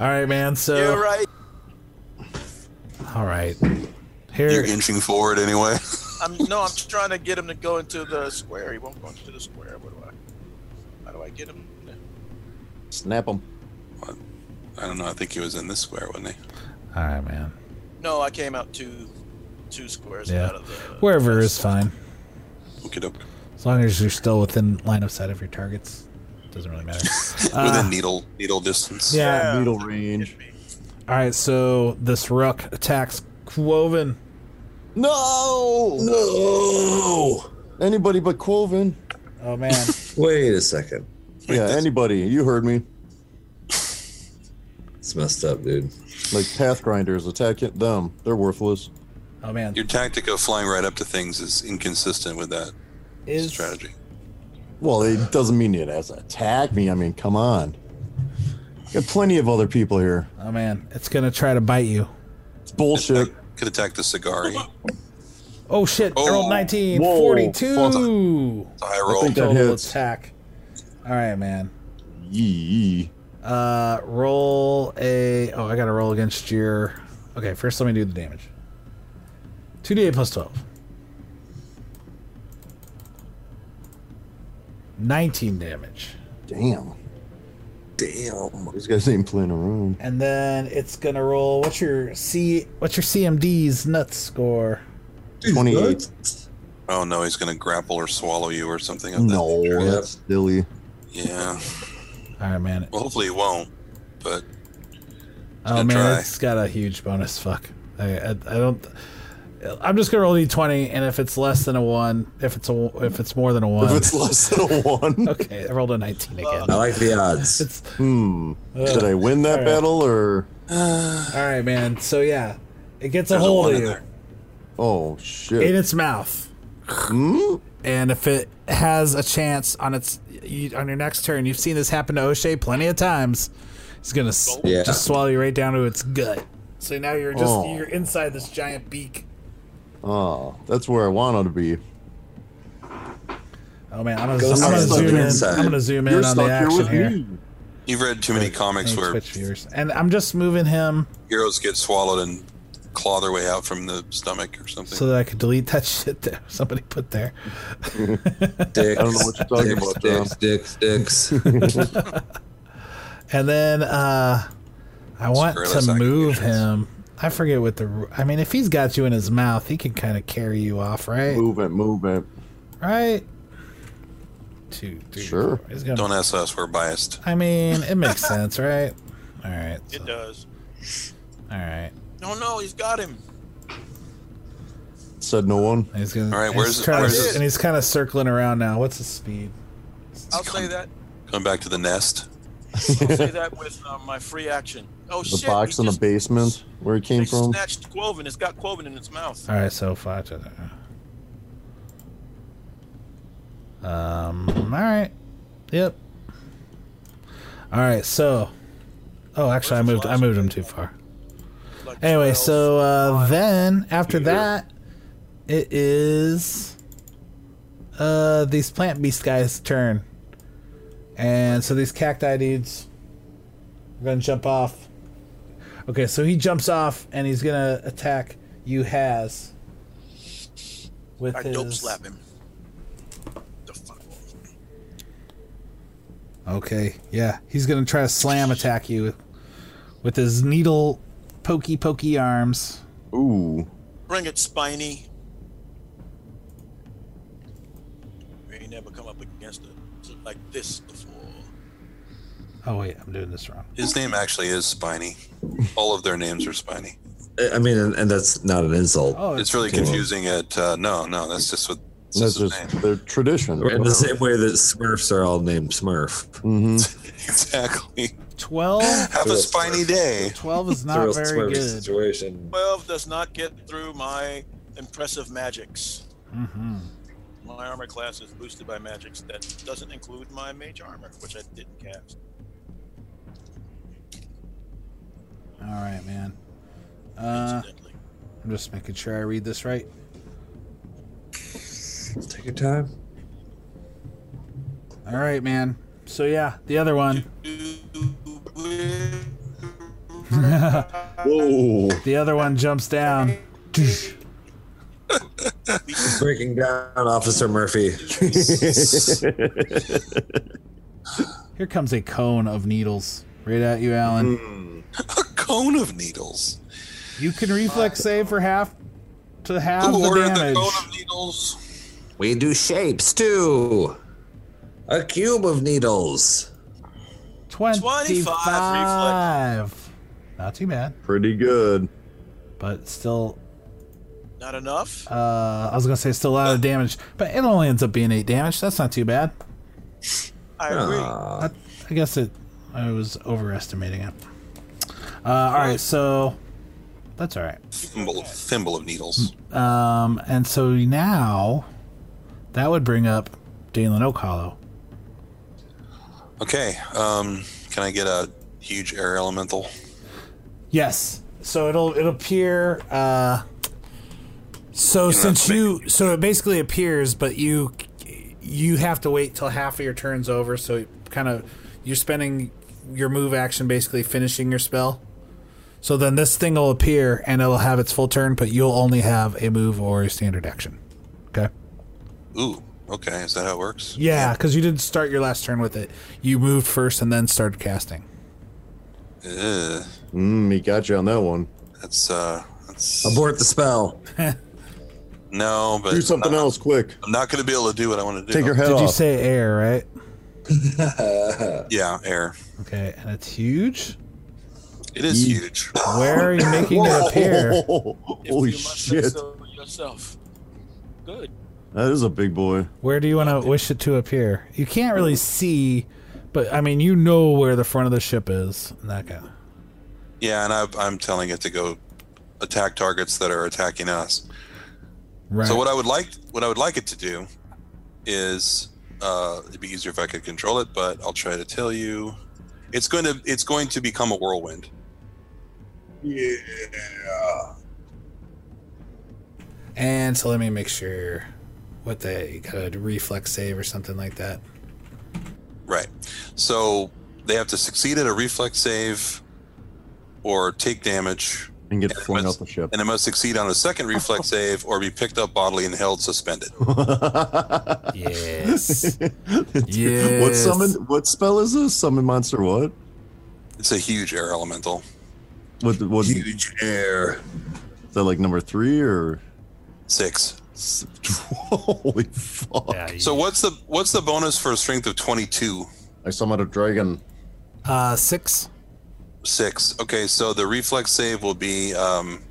Speaker 1: All right, man.
Speaker 5: You're
Speaker 1: So,
Speaker 5: right.
Speaker 1: all right.
Speaker 3: you're
Speaker 1: Here,
Speaker 3: inching forward anyway.
Speaker 5: I'm no. I'm trying to get him to go into the square. He won't go into the square. What do I? How do I get him?
Speaker 4: Snap them.
Speaker 3: I don't know. I think he was in this square, wasn't he?
Speaker 1: all right, man.
Speaker 5: No, I came out two, two squares
Speaker 1: Yeah.
Speaker 5: out of the.
Speaker 1: Wherever is fine,
Speaker 3: Okay, doke.
Speaker 1: as long as you're still within line of sight of your targets. Doesn't really matter.
Speaker 3: Within needle needle distance.
Speaker 1: Yeah.
Speaker 4: Needle range.
Speaker 1: All right. So this rook attacks Quoven.
Speaker 4: No!
Speaker 2: No.
Speaker 4: Anybody but Quoven.
Speaker 1: Oh man.
Speaker 2: Oh, Wait a second.
Speaker 4: Yeah,
Speaker 3: that's-
Speaker 4: anybody. You heard me.
Speaker 2: It's messed up, dude.
Speaker 4: Like path grinders, attack it- them. They're worthless.
Speaker 1: Oh man.
Speaker 3: Your tactic of flying right up to things is inconsistent with that
Speaker 1: Is
Speaker 3: strategy.
Speaker 4: Well, it doesn't mean it has to attack me. I mean, come on. Got plenty of other people here.
Speaker 1: oh man. It's gonna try to bite you.
Speaker 4: It's bullshit.
Speaker 3: Could attack the Sigari.
Speaker 1: Oh shit! I rolled
Speaker 3: Oh.
Speaker 1: 19,
Speaker 4: Whoa.
Speaker 1: 42.
Speaker 3: High roll.
Speaker 4: think that-
Speaker 1: Total
Speaker 4: hits.
Speaker 1: attack. All right, man.
Speaker 4: Yee.
Speaker 1: Uh, roll a. Oh, I gotta roll against your. Okay, first let me do the damage. Two d8 plus twelve. Nineteen damage,
Speaker 4: Damn.
Speaker 2: Damn.
Speaker 4: These guys ain't playing around.
Speaker 1: and then it's gonna roll. What's your C? What's your CMD's nut score?
Speaker 4: 28.
Speaker 3: Oh no, he's gonna grapple or swallow you or something. of that
Speaker 4: No,
Speaker 3: nature.
Speaker 4: that's silly.
Speaker 3: Yeah.
Speaker 1: All right, man.
Speaker 3: Well, hopefully he won't. But
Speaker 1: Oh
Speaker 3: a
Speaker 1: man,
Speaker 3: try.
Speaker 1: it's got a huge bonus. Fuck. I, I, I don't. I'm just gonna roll d20, and if it's less than a one, if it's a, if it's more than a
Speaker 4: If
Speaker 1: one,
Speaker 4: it's less than a one,
Speaker 1: okay, I rolled a 19 again.
Speaker 3: Uh,
Speaker 2: I like the odds.
Speaker 1: It's
Speaker 4: hmm. Did I win that
Speaker 1: Alright.
Speaker 4: battle or?
Speaker 1: all right, man. So yeah, it gets a
Speaker 3: There's a
Speaker 1: hold
Speaker 3: one
Speaker 1: of
Speaker 3: in
Speaker 1: you
Speaker 3: there.
Speaker 4: Oh
Speaker 1: in
Speaker 4: shit.
Speaker 1: its mouth,
Speaker 4: Hmm?
Speaker 1: and if it has a chance on its you, on your next turn, you've seen this happen to O'Shea plenty of times. It's gonna s
Speaker 2: Yeah.
Speaker 1: just swallow you right down to its gut. So now you're just
Speaker 4: Oh.
Speaker 1: you're inside this giant beak.
Speaker 4: Oh, that's where I wanted to be.
Speaker 1: Oh man, I'm gonna,
Speaker 2: Go
Speaker 1: I'm gonna
Speaker 2: stuck
Speaker 1: zoom in.
Speaker 2: inside.
Speaker 1: I'm gonna zoom in
Speaker 4: You're
Speaker 1: on
Speaker 4: stuck
Speaker 1: the
Speaker 4: here
Speaker 1: action
Speaker 4: with
Speaker 1: here.
Speaker 4: me.
Speaker 3: you've read too many comics
Speaker 1: Any
Speaker 3: where
Speaker 1: Twitch viewers. And I'm just moving him
Speaker 3: heroes get swallowed and claw their way out from the stomach or something.
Speaker 1: so that I could delete that shit that somebody put there.
Speaker 2: Dicks,
Speaker 4: I don't know what you're talking
Speaker 2: dicks,
Speaker 4: about,
Speaker 2: Dicks, dicks, dicks.
Speaker 1: And then uh, I want
Speaker 3: Scurrilous
Speaker 1: to move
Speaker 3: accusations.
Speaker 1: him. I forget what the. ru- I mean, if he's got you in his mouth, he can kind of carry you off, right?
Speaker 4: Move it, move it.
Speaker 1: Right. Two, three,
Speaker 4: Sure.
Speaker 1: four. He's gonna-
Speaker 3: Don't ask us. We're biased.
Speaker 1: I mean, it makes sense, right? All right. so-
Speaker 5: It does.
Speaker 1: all right.
Speaker 5: No, no, he's got him.
Speaker 4: Said no one.
Speaker 1: He's gonna.
Speaker 3: All right,
Speaker 1: he's
Speaker 3: where's-
Speaker 1: trying to-
Speaker 3: where's this-
Speaker 1: and he's kind of circling around now. What's his speed?
Speaker 5: I'll say that.
Speaker 3: Come back to the nest.
Speaker 5: I'll say that with um, my free action. Oh
Speaker 4: The
Speaker 5: shit!
Speaker 4: box
Speaker 5: he
Speaker 4: in the
Speaker 5: just-
Speaker 4: basement where it
Speaker 5: They
Speaker 4: came from.
Speaker 5: snatched Quoven. It's got Quoven in its mouth.
Speaker 1: All right, so five to the. Um. All right. Yep. All right. So. Oh, actually, I moved. I moved him too far.
Speaker 5: Like
Speaker 1: Anyway,
Speaker 5: 12.
Speaker 1: so uh, then after that, it is uh these plant beast guys' turn, and so these cacti dudes are gonna jump off. Okay, so he jumps off and he's gonna attack you, Has. With
Speaker 5: I
Speaker 1: his
Speaker 5: dope slap him. The fuck?
Speaker 1: Okay, yeah, he's gonna try to slam attack you with his needle, pokey pokey arms.
Speaker 4: Ooh.
Speaker 5: Bring it, Spiny. We ain't never come up against it like this before.
Speaker 1: Oh wait, I'm doing this wrong.
Speaker 3: His name actually is Spiny. All of their names are Spiny.
Speaker 2: I mean, and, and that's not an insult.
Speaker 1: Oh,
Speaker 3: It's really confusing. At uh, no, no, that's just what. That's
Speaker 4: That's
Speaker 3: just his
Speaker 4: just
Speaker 3: name.
Speaker 4: their tradition.
Speaker 2: In the same way that Smurfs are all named Smurf.
Speaker 4: hmm
Speaker 3: Exactly.
Speaker 1: twelve.
Speaker 3: Have a
Speaker 2: Real
Speaker 3: spiny
Speaker 2: Smurf.
Speaker 3: day.
Speaker 1: 12 is
Speaker 2: It's a
Speaker 1: not
Speaker 2: real
Speaker 1: very
Speaker 2: Smurf
Speaker 1: good.
Speaker 2: situation.
Speaker 5: Twelve does not get through my impressive magics.
Speaker 1: Mm-hmm.
Speaker 5: My armor class is boosted by magics. That doesn't include my mage armor, which I didn't cast.
Speaker 1: All right, man. Uh,
Speaker 5: Incidentally,
Speaker 1: I'm just making sure I read this right.
Speaker 2: Take your time.
Speaker 1: All right, man. So yeah, the other one.
Speaker 2: Whoa.
Speaker 1: The other one jumps down.
Speaker 2: Breaking down, Officer Murphy.
Speaker 1: Here comes a cone of needles right at you, Alan.
Speaker 3: A cone of needles.
Speaker 1: You can reflex save for half to half
Speaker 3: Who
Speaker 1: the
Speaker 3: ordered
Speaker 1: damage.
Speaker 3: the cone of needles?
Speaker 2: we do shapes too. A cube of needles.
Speaker 1: 25.
Speaker 5: 25
Speaker 1: Not too bad,
Speaker 4: Pretty good.
Speaker 1: but still
Speaker 5: not enough.
Speaker 1: uh I was going to say still a lot of damage, but it only ends up being 8 damage. That's not too bad.
Speaker 5: I
Speaker 4: Uh,
Speaker 5: agree.
Speaker 1: I, I guess it I was overestimating it. Uh all right, so that's all right.
Speaker 3: Thimble, thimble of needles.
Speaker 1: Um, and so now that would bring up Dalen Oak Hollow.
Speaker 3: Okay. Um, can I get a huge air elemental?
Speaker 1: Yes. So it'll it'll appear. Uh, so since
Speaker 3: make-
Speaker 1: you so it basically appears, but you you have to wait till half of your turn's over. So kind of you're spending your move action basically finishing your spell. So then this thing will appear and it'll have its full turn, but you'll only have a move or a standard action. Okay.
Speaker 3: Ooh. Okay. Is that how it works?
Speaker 1: Yeah, because you didn't start your last turn with it. You moved first and then started casting.
Speaker 3: Ugh,
Speaker 4: Mm, he got you on that one.
Speaker 3: that's uh. That's,
Speaker 2: Abort the spell.
Speaker 3: no, but
Speaker 4: Do something
Speaker 3: I'm
Speaker 5: uh,
Speaker 3: not-
Speaker 4: else quick.
Speaker 3: I'm not going to be able to do what I want to do.
Speaker 4: Take your head
Speaker 1: Did
Speaker 4: off.
Speaker 1: you say air, right?
Speaker 3: Yeah, air.
Speaker 1: Okay, and it's huge.
Speaker 3: It is
Speaker 4: Ye-
Speaker 3: huge.
Speaker 1: Where are you making it appear?
Speaker 5: If
Speaker 4: Holy
Speaker 5: you must say
Speaker 4: shit.
Speaker 5: so yourself. Good.
Speaker 4: That is a big boy.
Speaker 1: Where do you want to wish it to appear? You can't really see, but I mean, you know where the front of the ship is. and That guy.
Speaker 3: Yeah, and I've, I'm telling it to go attack targets that are attacking us.
Speaker 1: Right.
Speaker 3: So what I would like, what I would like it to do, is uh, it'd be easier if I could control it, but I'll try to tell you. It's going to, it's going to become a whirlwind.
Speaker 1: and so let me make sure. What they got a reflex save or something like that.
Speaker 3: Right. So they have to succeed at a reflex save, or take damage,
Speaker 4: And get
Speaker 3: Yeah,
Speaker 4: flung
Speaker 3: let's-
Speaker 4: out the ship.
Speaker 3: and it must succeed on a second reflex save, or be picked up bodily and held suspended.
Speaker 1: Yes.
Speaker 4: Dude, What
Speaker 1: Yes.
Speaker 4: summon? What spell is this? Summon monster. What?
Speaker 3: It's a huge air elemental.
Speaker 4: What? What? Is
Speaker 2: Huge air.
Speaker 4: that like number three or?
Speaker 3: Six.
Speaker 4: s- Holy fuck!
Speaker 3: So what's the what's the bonus for a strength of twenty two?
Speaker 4: I summoned a dragon.
Speaker 1: uh, six.
Speaker 3: Six. Okay, so the reflex save will be. Um,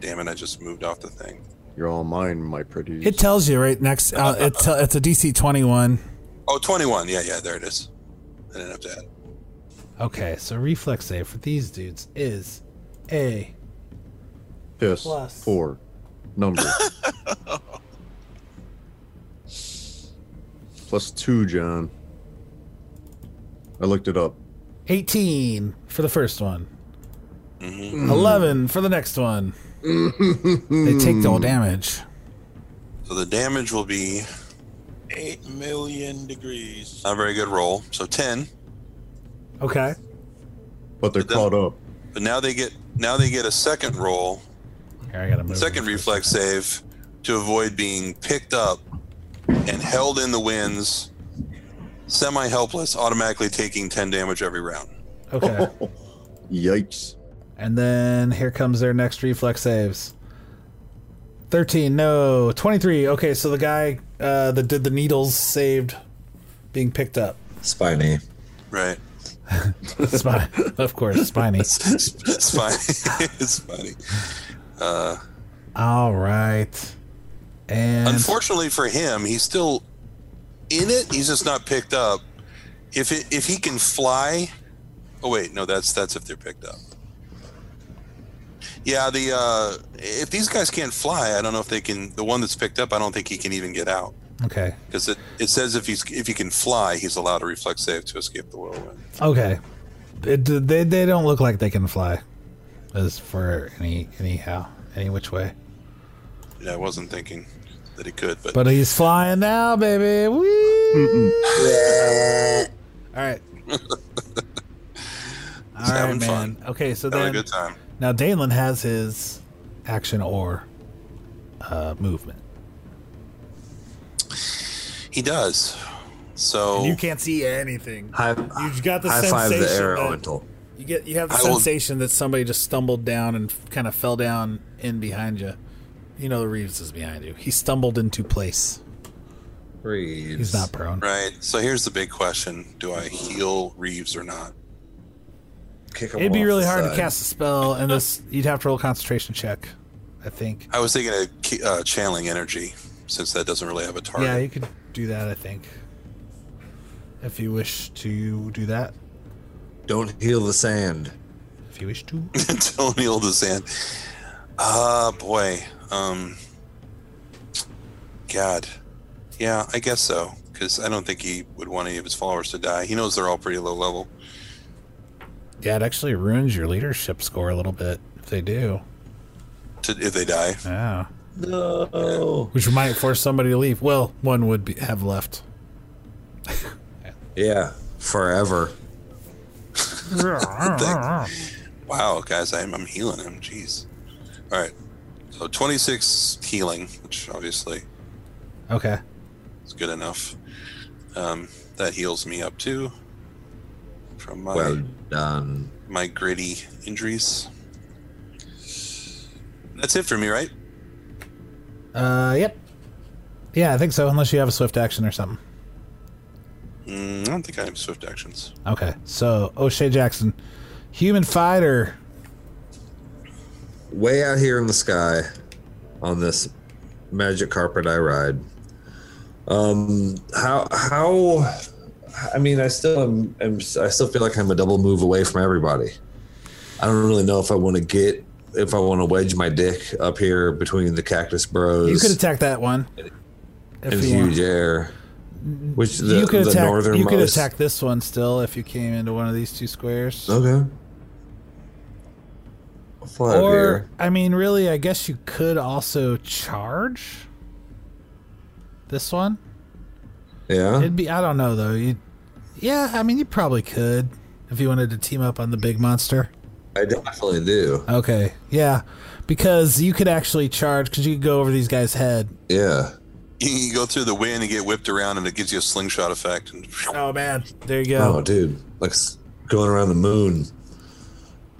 Speaker 3: damn it! I just moved off the thing.
Speaker 4: You're all mine, my pretty.
Speaker 1: It tells you right next. Uh, it te- it's a DC twenty-one.
Speaker 3: Oh, 21. Yeah, yeah, there it is. I didn't have to add. it.
Speaker 1: Okay, so reflex save for these dudes is a
Speaker 4: piss
Speaker 1: plus.
Speaker 4: four number plus two, John. I looked it up.
Speaker 1: 18 for the first one.
Speaker 3: Mm-hmm.
Speaker 1: 11 for the next one. they take
Speaker 3: Mm-hmm.
Speaker 1: no damage.
Speaker 3: So the damage will be
Speaker 5: Eight million degrees.
Speaker 3: not a very good roll. So 10.
Speaker 1: Okay.
Speaker 4: But they're
Speaker 3: It doesn't-
Speaker 4: caught up.
Speaker 3: But now they get now they get a second roll,
Speaker 1: Here, I gotta move.
Speaker 3: second
Speaker 1: this.
Speaker 3: reflex save to avoid being picked up and held in the winds, semi helpless, automatically taking 10 damage every round.
Speaker 1: Okay.
Speaker 4: Yikes!
Speaker 1: and then here comes their next reflex saves. 13, no. 23. Okay, so the guy uh, that did the needles saved being picked up.
Speaker 2: Spiny.
Speaker 3: Right.
Speaker 1: Spine, of course, spiny.
Speaker 3: It's funny. it's funny.
Speaker 1: All right. And
Speaker 3: Unfortunately for him, he's still in it. He's just not picked up. If it, if he can fly, oh wait, no, that's that's if they're picked up. Yeah, the uh, if these guys can't fly, I don't know if they can. The one that's picked up, I don't think he can even get out
Speaker 1: Okay.
Speaker 3: because it, it says if he's if he can fly, he's allowed a reflex save to escape the whirlwind.
Speaker 1: Okay. It, they they don't look like they can fly, as for any anyhow any which way.
Speaker 3: Yeah, I wasn't thinking that he could, but,
Speaker 1: But he's flying now, baby. Whee! All right. All right,
Speaker 3: having
Speaker 1: man. Okay, so uh,
Speaker 3: having a
Speaker 1: then
Speaker 3: good time.
Speaker 1: now Danelin has his action or uh, movement.
Speaker 3: He does. So
Speaker 6: You can't see anything.
Speaker 2: High,
Speaker 6: You've got the
Speaker 2: high five the
Speaker 6: sensation
Speaker 2: air
Speaker 6: that-
Speaker 2: elemental.
Speaker 1: You get you have the
Speaker 3: I will-
Speaker 1: sensation that somebody just stumbled down and kind of fell down in behind you. You know the Reeves is behind you. He stumbled into place. He's not prone.
Speaker 3: right. So here's the big question: Do I heal Reeves or not?
Speaker 2: Kick him
Speaker 1: It'd be
Speaker 2: off
Speaker 1: really
Speaker 2: the
Speaker 1: hard to
Speaker 2: side.
Speaker 1: cast a spell, and this you'd have to roll a concentration check, I think.
Speaker 3: I was thinking of ki- uh, channeling energy, since that doesn't really have a target.
Speaker 1: Yeah, you could do that. I think if you wish to do that,
Speaker 2: Don't heal the sand.
Speaker 1: if you wish to.
Speaker 3: Tony heal the sand. Ah, boy. Um, God. Yeah, I guess so. Because I don't think he would want any of his followers to die. He knows they're all pretty low level.
Speaker 1: Yeah, it actually ruins your leadership score a little bit if they do.
Speaker 3: To, if they die,
Speaker 1: Yeah,
Speaker 2: No.
Speaker 1: which might force somebody to leave. Well, one would be, have left.
Speaker 2: Yeah, forever.
Speaker 3: wow, guys, I'm I'm healing him. Jeez. All right. So 26 healing, which obviously
Speaker 1: Okay.
Speaker 3: is good enough. Um, that heals me up too from my
Speaker 2: Well done.
Speaker 3: my gritty injuries. That's it for me, right?
Speaker 1: Uh, yep. Yeah, I think so. Unless you have a swift action or something.
Speaker 3: Mm, I don't think I have swift actions.
Speaker 1: Okay. So O'Shea Jackson, human fighter.
Speaker 2: Way out here in the sky on this magic carpet I ride. Um how how I mean I still am, am I still feel like I'm a double move away from everybody. I don't really know if I want to get if I want to wedge my dick up here between the cactus bros
Speaker 1: You could attack that one.
Speaker 2: and
Speaker 1: If you, want.
Speaker 2: huge air. Which the,
Speaker 1: you could
Speaker 2: the
Speaker 1: attack.
Speaker 2: northernmost
Speaker 1: you could attack this one still if you came into one of these two squares.
Speaker 2: Okay. I'll fly up
Speaker 1: Or
Speaker 2: here.
Speaker 1: I mean, really, I guess you could also charge this one.
Speaker 2: Yeah.
Speaker 1: It'd be I don't know though. You, yeah, I mean, you probably could if you wanted to team up on the big monster.
Speaker 2: I definitely do.
Speaker 1: Okay, yeah, because you could actually charge because you could go over these guys' head.
Speaker 2: Yeah.
Speaker 3: You, you go through the wind and get whipped around, and it gives you a slingshot effect. And
Speaker 1: Oh man, there you go.
Speaker 2: Oh, dude, like s- going around the moon.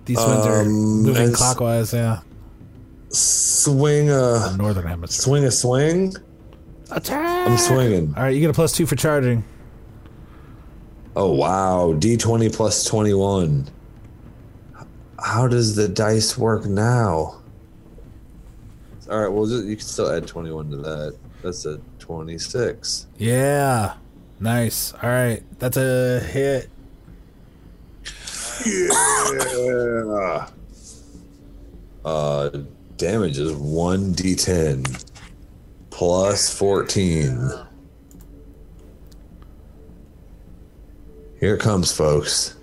Speaker 1: These ones are
Speaker 2: um,
Speaker 1: moving
Speaker 2: it's-
Speaker 1: clockwise. Yeah,
Speaker 2: Swing a
Speaker 1: northern hemisphere.
Speaker 2: swing a swing.
Speaker 1: Attack!
Speaker 2: I'm swinging.
Speaker 1: All right, you get a plus two for charging.
Speaker 2: Oh wow, d20 plus 21. How does the dice work now? All right, well ju- you can still add 21 to that. That's a 26.
Speaker 1: Yeah, nice. All right, that's a hit.
Speaker 2: Yeah. Uh, damage is one d10 plus 14. Here it comes, folks.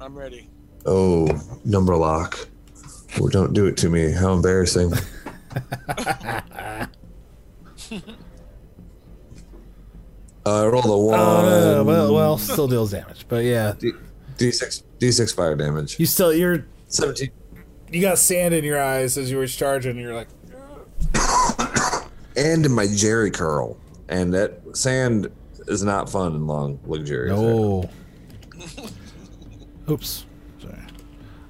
Speaker 5: I'm ready.
Speaker 2: Oh, number lock. Well, don't do it to me. How embarrassing. uh, roll the one.
Speaker 1: Uh, well, well, still deals damage, but yeah,
Speaker 2: D- D6, D6 fire damage.
Speaker 1: you still you're
Speaker 2: 17.
Speaker 1: you got sand in your eyes as you were charging. And you're like,
Speaker 2: and my jerry curl. And that sand is not fun in long, luxurious. hair.
Speaker 1: no. Oops. Sorry.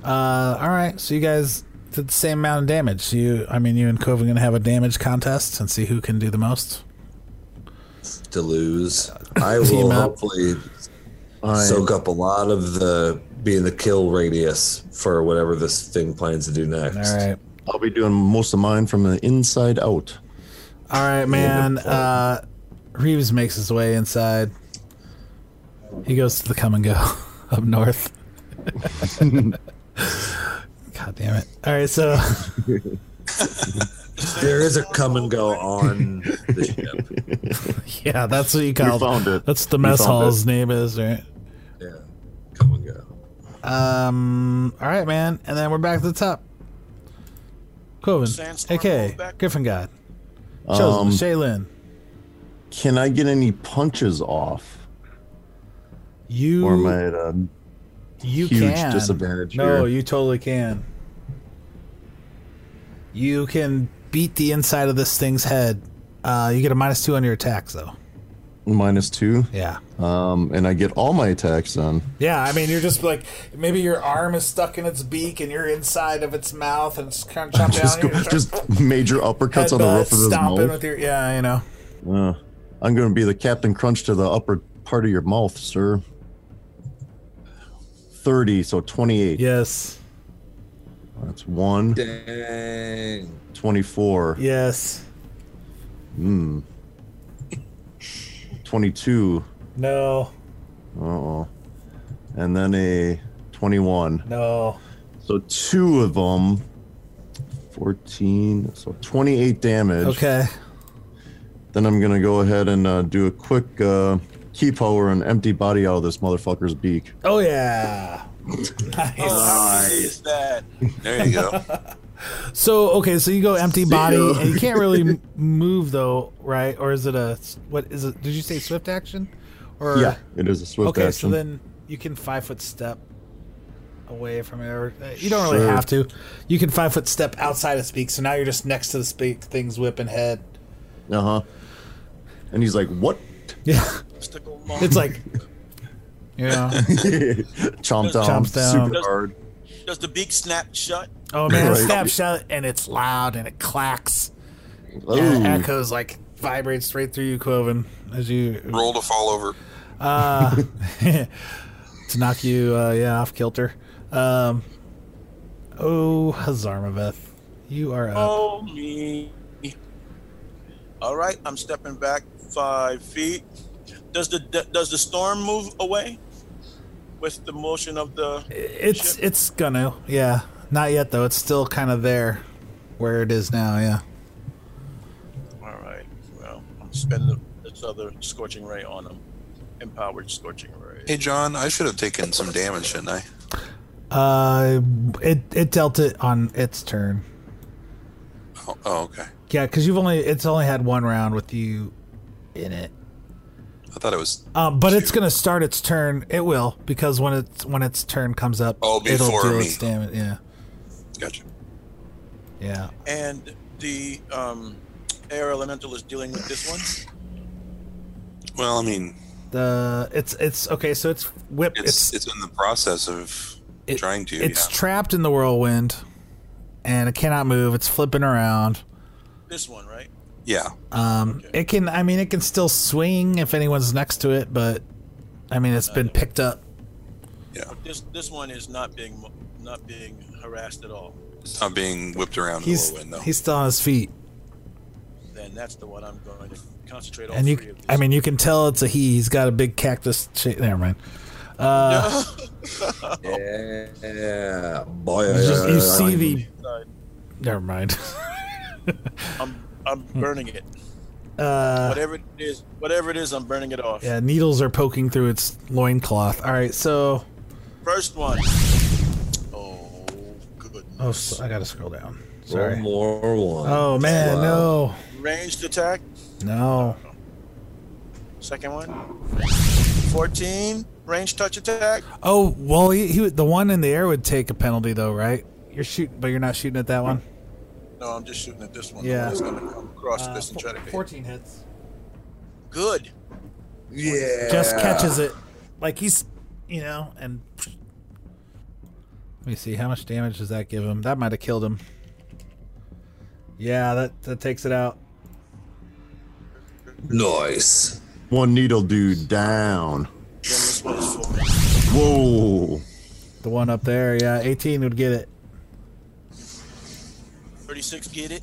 Speaker 1: Uh, all right. So you guys did the same amount of damage. You, I mean, you and Coven gonna have a damage contest and see who can do the most.
Speaker 2: to lose. I
Speaker 1: Team
Speaker 2: will
Speaker 1: up.
Speaker 2: hopefully soak up a lot of the being the kill radius for whatever this thing plans to do next.
Speaker 1: All right.
Speaker 4: I'll be doing most of mine from the inside out.
Speaker 1: All right, man. Uh, Reeves makes his way inside. He goes to the come and go up north. God damn it. All right, so
Speaker 2: There is a come and go on the ship.
Speaker 1: yeah, that's what you
Speaker 4: You
Speaker 1: call
Speaker 4: found it.
Speaker 1: That's the
Speaker 4: You
Speaker 1: mess
Speaker 4: found
Speaker 1: hall's
Speaker 4: it.
Speaker 1: name is, right?
Speaker 2: Yeah, come and go.
Speaker 1: Um. All right, man. And then we're back to the top. Coven,
Speaker 5: Sandstorm
Speaker 1: aka
Speaker 5: rolled back.
Speaker 1: Griffin God, Chosen,
Speaker 4: Um,
Speaker 1: Shaylin.
Speaker 4: Can I get any punches off?
Speaker 1: You
Speaker 4: Or am I at a
Speaker 1: you
Speaker 4: huge
Speaker 1: can
Speaker 4: disadvantage
Speaker 1: No,
Speaker 4: here?
Speaker 1: you totally can. You can beat the inside of this thing's head. Uh, you get a minus two on your attacks, though.
Speaker 4: minus two?
Speaker 1: Yeah.
Speaker 4: Um, and I get all my attacks on.
Speaker 1: Yeah, I mean, you're just like maybe your arm is stuck in its beak and you're inside of its mouth and it's kind of chopped
Speaker 4: Just, go,
Speaker 1: down. and you're
Speaker 4: just major uppercuts on the
Speaker 1: headbutt,
Speaker 4: roof of his
Speaker 1: stomping
Speaker 4: mouth.
Speaker 1: with your yeah, you know.
Speaker 4: Uh, I'm going to be the Captain Crunch to the upper part of your mouth, sir. 30, so 28.
Speaker 1: Yes.
Speaker 4: That's one.
Speaker 2: Dang.
Speaker 4: 24.
Speaker 1: Yes.
Speaker 4: Mm. 22.
Speaker 1: No.
Speaker 4: Uh oh. And then a 21.
Speaker 1: No.
Speaker 4: So two of them. 14. So 28 damage.
Speaker 1: Okay.
Speaker 4: Then I'm going to go ahead and uh, do a quick uh, key power and empty body out of this motherfucker's beak.
Speaker 1: Oh yeah. nice.
Speaker 4: Uh,
Speaker 3: Nice. That. There you go.
Speaker 1: So okay, so you go empty body,
Speaker 4: ya.
Speaker 1: and you can't really m- move though, right? Or is it a what is it? Did you say swift action? Or
Speaker 4: Yeah, it is a swift
Speaker 1: okay,
Speaker 4: action.
Speaker 1: so then you can five foot step away from it. Or, uh, you don't really
Speaker 4: Sure.
Speaker 1: have to. You can five foot step outside of speak. So now you're just next to the speak thing's whipping head.
Speaker 4: Uh huh. And he's like, what?
Speaker 1: Yeah,
Speaker 5: Stickle long.
Speaker 1: it's like you know.
Speaker 4: Chomp down.
Speaker 1: Chomps down.
Speaker 4: Super hard.
Speaker 5: Does the beak snap shut?
Speaker 1: Oh man,
Speaker 4: Right.
Speaker 1: snapshot, and it's loud and it clacks. And it
Speaker 4: Oh,
Speaker 1: echoes like vibrates straight through you, Quoven, as you
Speaker 3: Roll to fall over.
Speaker 1: uh, to knock you uh, yeah off kilter. Um, oh, Hazarmaveth, you are up.
Speaker 5: Oh me. All right, I'm stepping back five feet. Does the does the storm move away with the motion of the?
Speaker 1: it's
Speaker 5: shit.
Speaker 1: it's gonna yeah. Not yet though. It's still kind of there, where it is now. Yeah.
Speaker 5: All right. Well, I'm spending this other scorching ray on him. Empowered scorching ray.
Speaker 3: Hey, John, I should have taken some damage, shouldn't I?
Speaker 1: Uh, it it dealt it on its turn.
Speaker 3: Oh, oh okay.
Speaker 1: Yeah, because you've only it's only had one round with you in it.
Speaker 3: I thought it was.
Speaker 1: Um, but it's gonna start its turn. It will because when it's when its turn comes up,
Speaker 3: Oh,
Speaker 1: it'll
Speaker 3: before
Speaker 1: do
Speaker 3: me.
Speaker 1: its damage. Yeah,
Speaker 3: Gotcha.
Speaker 1: yeah.
Speaker 5: And the um, air elemental is dealing with this one.
Speaker 3: Well, I mean,
Speaker 1: The it's it's okay. So it's whipped.
Speaker 3: it's it's, in the process of
Speaker 1: it-
Speaker 3: trying to.
Speaker 1: It's
Speaker 3: yeah.
Speaker 1: trapped in the whirlwind, and it cannot move. It's flipping around.
Speaker 5: This one, right?
Speaker 3: yeah.
Speaker 1: Um, it can. I mean, it can still swing if anyone's next to it, but I mean, it's been picked up.
Speaker 5: This this one is not being mo- not being harassed at all.
Speaker 3: It's not being whipped around
Speaker 1: He's
Speaker 3: in the whirlwind, though.
Speaker 1: he's still on his feet,
Speaker 5: Then that's the one I'm going to concentrate
Speaker 3: Oh,
Speaker 5: on.
Speaker 1: and
Speaker 5: three
Speaker 1: you.
Speaker 5: of these.
Speaker 1: I mean, you can tell it's a he. He's got a big cactus. Shape. Never mind. Uh,
Speaker 2: Yeah, boy.
Speaker 1: you just- you see the.
Speaker 5: Sorry.
Speaker 1: Never mind.
Speaker 5: I'm I'm
Speaker 1: Hmm.
Speaker 5: burning it.
Speaker 1: Uh,
Speaker 5: Whatever it is, whatever it is, I'm burning it off.
Speaker 1: yeah, needles are poking through its loincloth. All right, so
Speaker 5: First one. Oh goodness.
Speaker 1: oh, s- I gotta scroll down.
Speaker 2: One
Speaker 1: Sorry.
Speaker 2: more one.
Speaker 1: Oh man,
Speaker 2: Wow.
Speaker 1: no,
Speaker 5: Ranged attack.
Speaker 1: no.
Speaker 5: Second one. Fourteen. Range touch attack.
Speaker 1: Oh well, he, he would- the one in the air would take a penalty though, right? You're shooting, but you're not shooting at that one.
Speaker 5: No, I'm just shooting at this one.
Speaker 1: Yeah.
Speaker 5: It's gonna come across this and try to hit.
Speaker 1: Uh, Fourteen hits.
Speaker 5: Good.
Speaker 2: Yeah.
Speaker 1: Just catches it, like he's, you know, and. Let me see how much damage does that give him. That might have killed him. Yeah, that that takes it out.
Speaker 2: Nice.
Speaker 4: one needle dude down.
Speaker 5: Then this one is four.
Speaker 4: Whoa.
Speaker 1: The one up there, yeah, eighteen would get it.
Speaker 5: Thirty-six. Get it.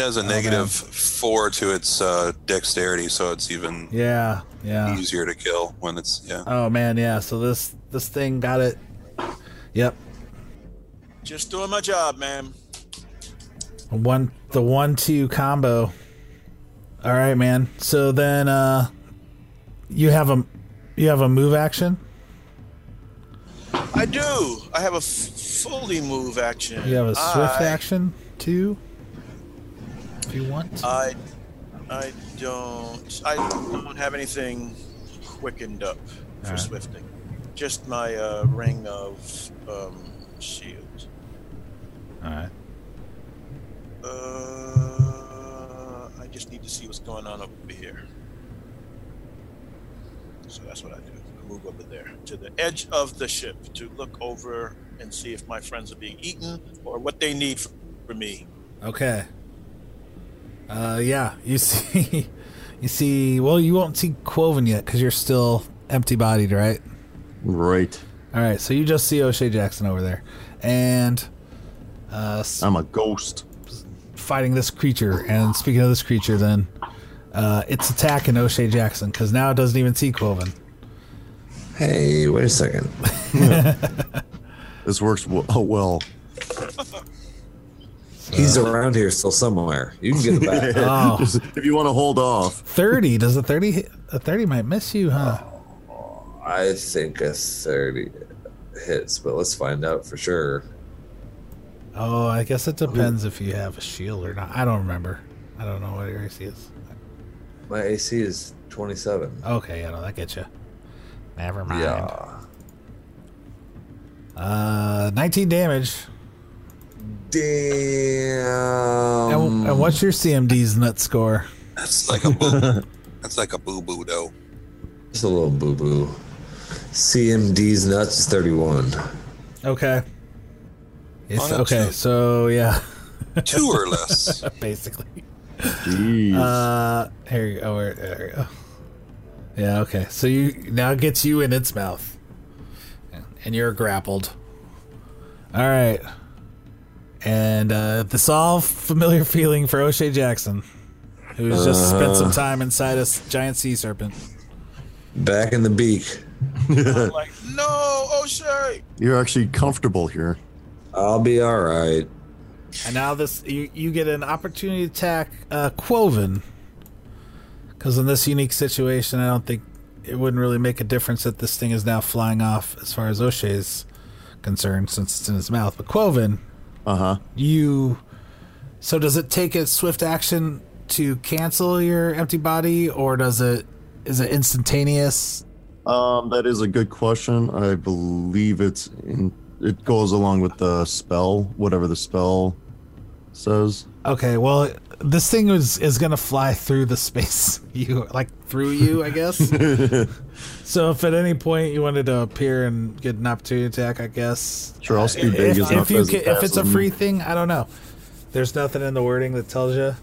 Speaker 1: Oh,
Speaker 3: has a negative four to its uh, dexterity, so it's even
Speaker 1: Yeah, yeah. Uh,
Speaker 3: easier to kill when it's yeah.
Speaker 1: Oh man, yeah. So this this thing got it. Yep.
Speaker 5: Just doing my job, ma'am.
Speaker 1: One the one two combo. All right, man. So then uh you have a you have a move action.
Speaker 5: I do. I have a f- fully move action.
Speaker 1: You have a swift
Speaker 5: I-
Speaker 1: action too. If you want.
Speaker 5: I, I don't. I don't have anything quickened up for
Speaker 1: Alright.
Speaker 5: swifting. Just my uh, ring of um, shield.
Speaker 1: All right.
Speaker 5: Uh, I just need to see what's going on over here. So that's what I do. I move over there to the edge of the ship to look over and see if my friends are being eaten or what they need from me.
Speaker 1: Okay. Uh, yeah, you see, you see. Well, you won't see Quoven yet because you're still empty-bodied, right?
Speaker 4: Right.
Speaker 1: All right. So you just see O'Shea Jackson over there, and uh, s-
Speaker 4: I'm a ghost.
Speaker 1: fighting this creature. And speaking of this creature, then uh, it's attacking O'Shea Jackson because now it doesn't even see Quoven.
Speaker 2: Hey, wait a second.
Speaker 4: This works w- oh well.
Speaker 2: He's around here still somewhere. You can get it back.
Speaker 1: Oh.
Speaker 4: Just- if you want to hold off,
Speaker 1: Thirty does a thirty hit? A thirty might miss you, huh?
Speaker 2: I think a 30 hits, but let's find out for sure.
Speaker 1: Oh, I guess it depends if you have a shield or not. I don't remember. I don't know what your AC is.
Speaker 2: My AC is 27.
Speaker 1: Okay, yeah, no, that gets you. Never mind.
Speaker 2: Yeah.
Speaker 1: Uh, 19 damage.
Speaker 2: Damn.
Speaker 1: and, and what's your CMD's nut score?
Speaker 3: That's like a boo. That's like a boo boo though.
Speaker 2: Just a little boo boo. CMD's nuts is 31.
Speaker 1: Okay. It's,
Speaker 3: Oh, no,
Speaker 1: okay,
Speaker 3: two.
Speaker 1: so yeah,
Speaker 3: Two or less.
Speaker 1: basically.
Speaker 4: jeez.
Speaker 1: Uh, here you go. where- There you go. Yeah, okay. So you now it gets you in its mouth, and you're grappled. All right. And uh, this all familiar feeling for O'Shea Jackson, who's just spent some time inside a s- giant sea serpent.
Speaker 2: Back in the beak.
Speaker 5: I'm like, no, O'Shea.
Speaker 4: You're actually comfortable here.
Speaker 2: I'll be all right.
Speaker 1: And now this, you, you get an opportunity to attack uh, Quoven. Because in this unique situation, I don't think it wouldn't really make a difference that this thing is now flying off as far as O'Shea is concerned, since it's in his mouth. But Quoven,
Speaker 4: Uh huh.
Speaker 1: you. So does it take a swift action to cancel your empty body, or does it. Is it instantaneous?
Speaker 4: Um, that is a good question. I believe it's in, it goes along with the spell, whatever the spell says.
Speaker 1: Okay, well, this thing is is gonna fly through the space you like through you, I guess. so if at any point you wanted to appear and get an opportunity attack, I guess.
Speaker 4: Sure, I'll speed big
Speaker 1: Uh,
Speaker 4: as
Speaker 1: If, if
Speaker 4: enough
Speaker 1: you
Speaker 4: as
Speaker 1: ca- if it's a
Speaker 4: passive.
Speaker 1: free thing, I don't know. There's nothing in the wording that tells you.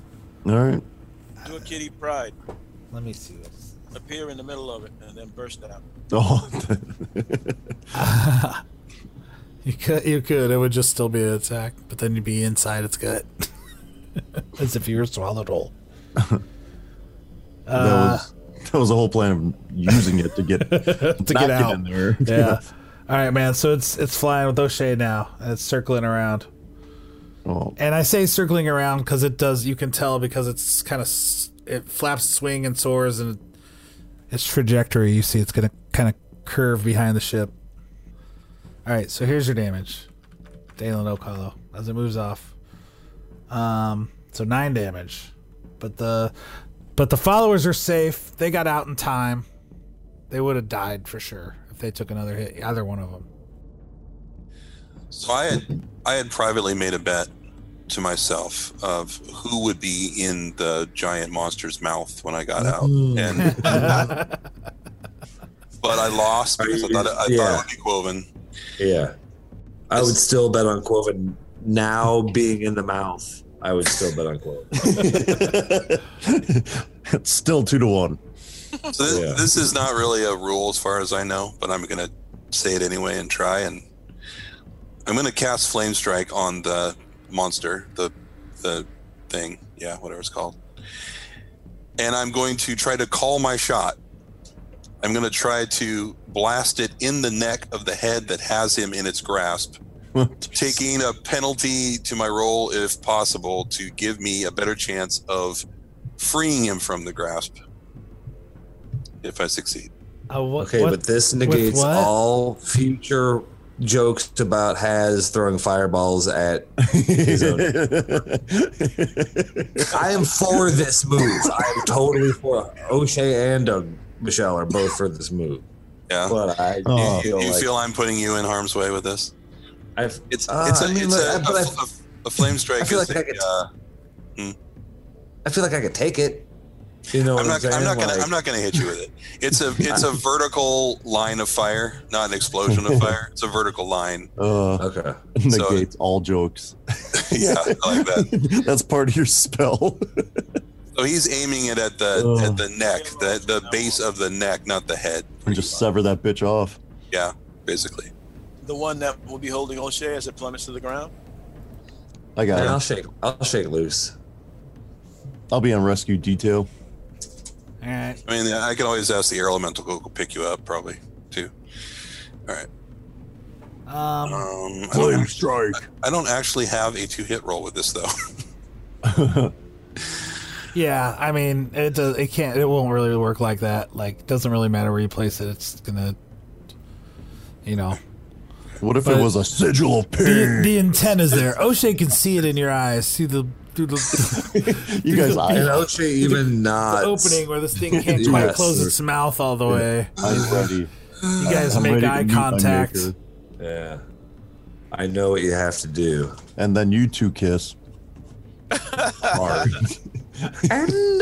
Speaker 4: All right.
Speaker 5: Do a kitty pride.
Speaker 1: Let me see. This.
Speaker 5: Appear in the middle of it and then burst out.
Speaker 4: Oh,
Speaker 1: You could you could it would just still be an attack, but then you'd be inside its gut, as if you were swallowed whole.
Speaker 4: that
Speaker 1: Uh,
Speaker 4: was that was the whole plan of using it to get to
Speaker 1: get out.
Speaker 4: in there.
Speaker 1: Yeah. All right, man. So it's it's flying with O'Shea now, and it's circling around.
Speaker 4: Oh,
Speaker 1: And I say circling around because it does. You can tell because it's kind of it flaps, swing, and soars, and its trajectory. You see, it's gonna kind of curve behind the ship. All right, so here's your damage, Dalen Okalo, as it moves off. Um, so nine damage, but the but the followers are safe. They got out in time. They would have died for sure if they took another hit. Either one of them.
Speaker 3: So I had I had privately made a bet to myself of who would be in the giant monster's mouth when I got out, and but I lost because I thought it, I
Speaker 2: Yeah.
Speaker 3: thought it would be Quoven.
Speaker 2: Yeah. I would still bet on Quoven now being in the mouth. I would still bet on Quoven.
Speaker 4: it's still two to one.
Speaker 3: So this,
Speaker 2: Yeah.
Speaker 3: this is not really a rule as far as I know, but I'm gonna say it anyway and try and I'm gonna cast flame strike on the monster, the the thing, yeah, whatever it's called. And I'm going to try to call my shot. I'm gonna try to blast it in the neck of the head that has him in its grasp taking a penalty to my roll if possible to give me a better chance of freeing him from the grasp if I succeed.
Speaker 1: Uh, wha-
Speaker 2: Okay,
Speaker 1: what-
Speaker 2: but this negates
Speaker 1: what?
Speaker 2: all future jokes about Has throwing fireballs at. I am for this move. I am totally for it. O'Shea and Doug Michelle are both for this move.
Speaker 3: Yeah.
Speaker 2: But I do
Speaker 4: Oh.
Speaker 2: feel
Speaker 3: Uh-huh. you
Speaker 2: like
Speaker 3: feel I'm putting you in harm's way with this?
Speaker 2: I've,
Speaker 3: It's
Speaker 2: Ah,
Speaker 3: it's a,
Speaker 2: I mean,
Speaker 3: it's a,
Speaker 2: like, but
Speaker 3: a-
Speaker 2: I-
Speaker 3: a- a flame strike.
Speaker 2: I feel
Speaker 3: is
Speaker 2: like
Speaker 3: a,
Speaker 2: I could-
Speaker 3: uh,
Speaker 2: I feel like I could take it. You know,
Speaker 3: I'm
Speaker 2: what I'm,
Speaker 3: not. I'm
Speaker 2: saying?
Speaker 3: not gonna.
Speaker 2: Like,
Speaker 3: I'm not gonna hit you with it. It's a. It's a vertical line of fire, not an explosion of fire. It's a vertical line.
Speaker 4: Uh,
Speaker 2: Okay.
Speaker 4: negates all jokes.
Speaker 3: yeah, I like that.
Speaker 4: That's part of your spell.
Speaker 3: So he's aiming it at the
Speaker 4: Ugh.
Speaker 3: at the neck, the the base of the neck, not the head,
Speaker 4: and just sever that bitch off.
Speaker 3: basically.
Speaker 5: The one that will be holding O'Shea as it plummets to the ground.
Speaker 4: I got
Speaker 2: And I'll
Speaker 4: it.
Speaker 2: shake. I'll shake loose.
Speaker 4: I'll be on rescue detail.
Speaker 1: All right.
Speaker 3: I mean, I can always ask the air elemental to go pick you up, probably too.
Speaker 1: Um,
Speaker 3: Um, I, don't actually, I don't actually have a two hit roll with this though.
Speaker 1: yeah, I mean, it does. It can't. It won't really work like that. Like, it doesn't really matter where you place it. It's gonna, you know,
Speaker 4: What if
Speaker 1: But-
Speaker 4: it was a sigil of
Speaker 1: the,
Speaker 4: pain?
Speaker 1: the intent is there. O'Shea can see it in your eyes. See the through the,
Speaker 4: you guys,
Speaker 2: And
Speaker 4: I,
Speaker 2: O'Shea even
Speaker 1: the
Speaker 2: nods.
Speaker 1: opening where this thing can't quite
Speaker 2: Yes.
Speaker 1: close its mouth all the way.
Speaker 4: I'm ready.
Speaker 1: You guys
Speaker 4: I'm
Speaker 1: make
Speaker 4: ready to
Speaker 1: eye
Speaker 4: meet my
Speaker 1: contact.
Speaker 4: maker.
Speaker 2: Yeah. I know what you have to do.
Speaker 4: and then you two kiss.
Speaker 2: Hard. and I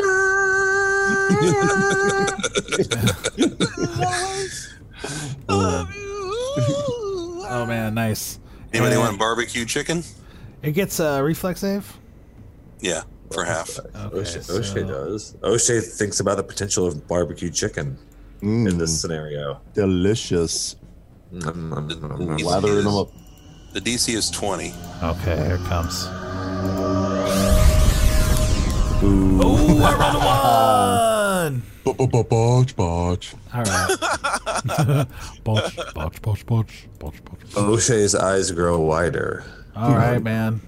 Speaker 1: Oh man, nice.
Speaker 3: Anybody
Speaker 1: Uh,
Speaker 3: want barbecue chicken?
Speaker 1: It gets a reflex save.
Speaker 3: Yeah, for half.
Speaker 2: O'Shea,
Speaker 1: so-
Speaker 2: O'Shea does. O'Shea thinks about the potential of barbecue chicken
Speaker 4: Mm,
Speaker 2: in this scenario.
Speaker 4: delicious.
Speaker 2: Nom, nom, nom,
Speaker 4: um,
Speaker 2: nom, nom.
Speaker 4: Lathering them up.
Speaker 3: The DC is twenty.
Speaker 1: Okay, here it comes.
Speaker 4: Ooh.
Speaker 1: Ooh, I rolled a one.
Speaker 4: Botch, botch.
Speaker 1: All right. botch, botch, botch, botch, botch, botch.
Speaker 2: O'Shea's eyes grow wider.
Speaker 1: All right, man.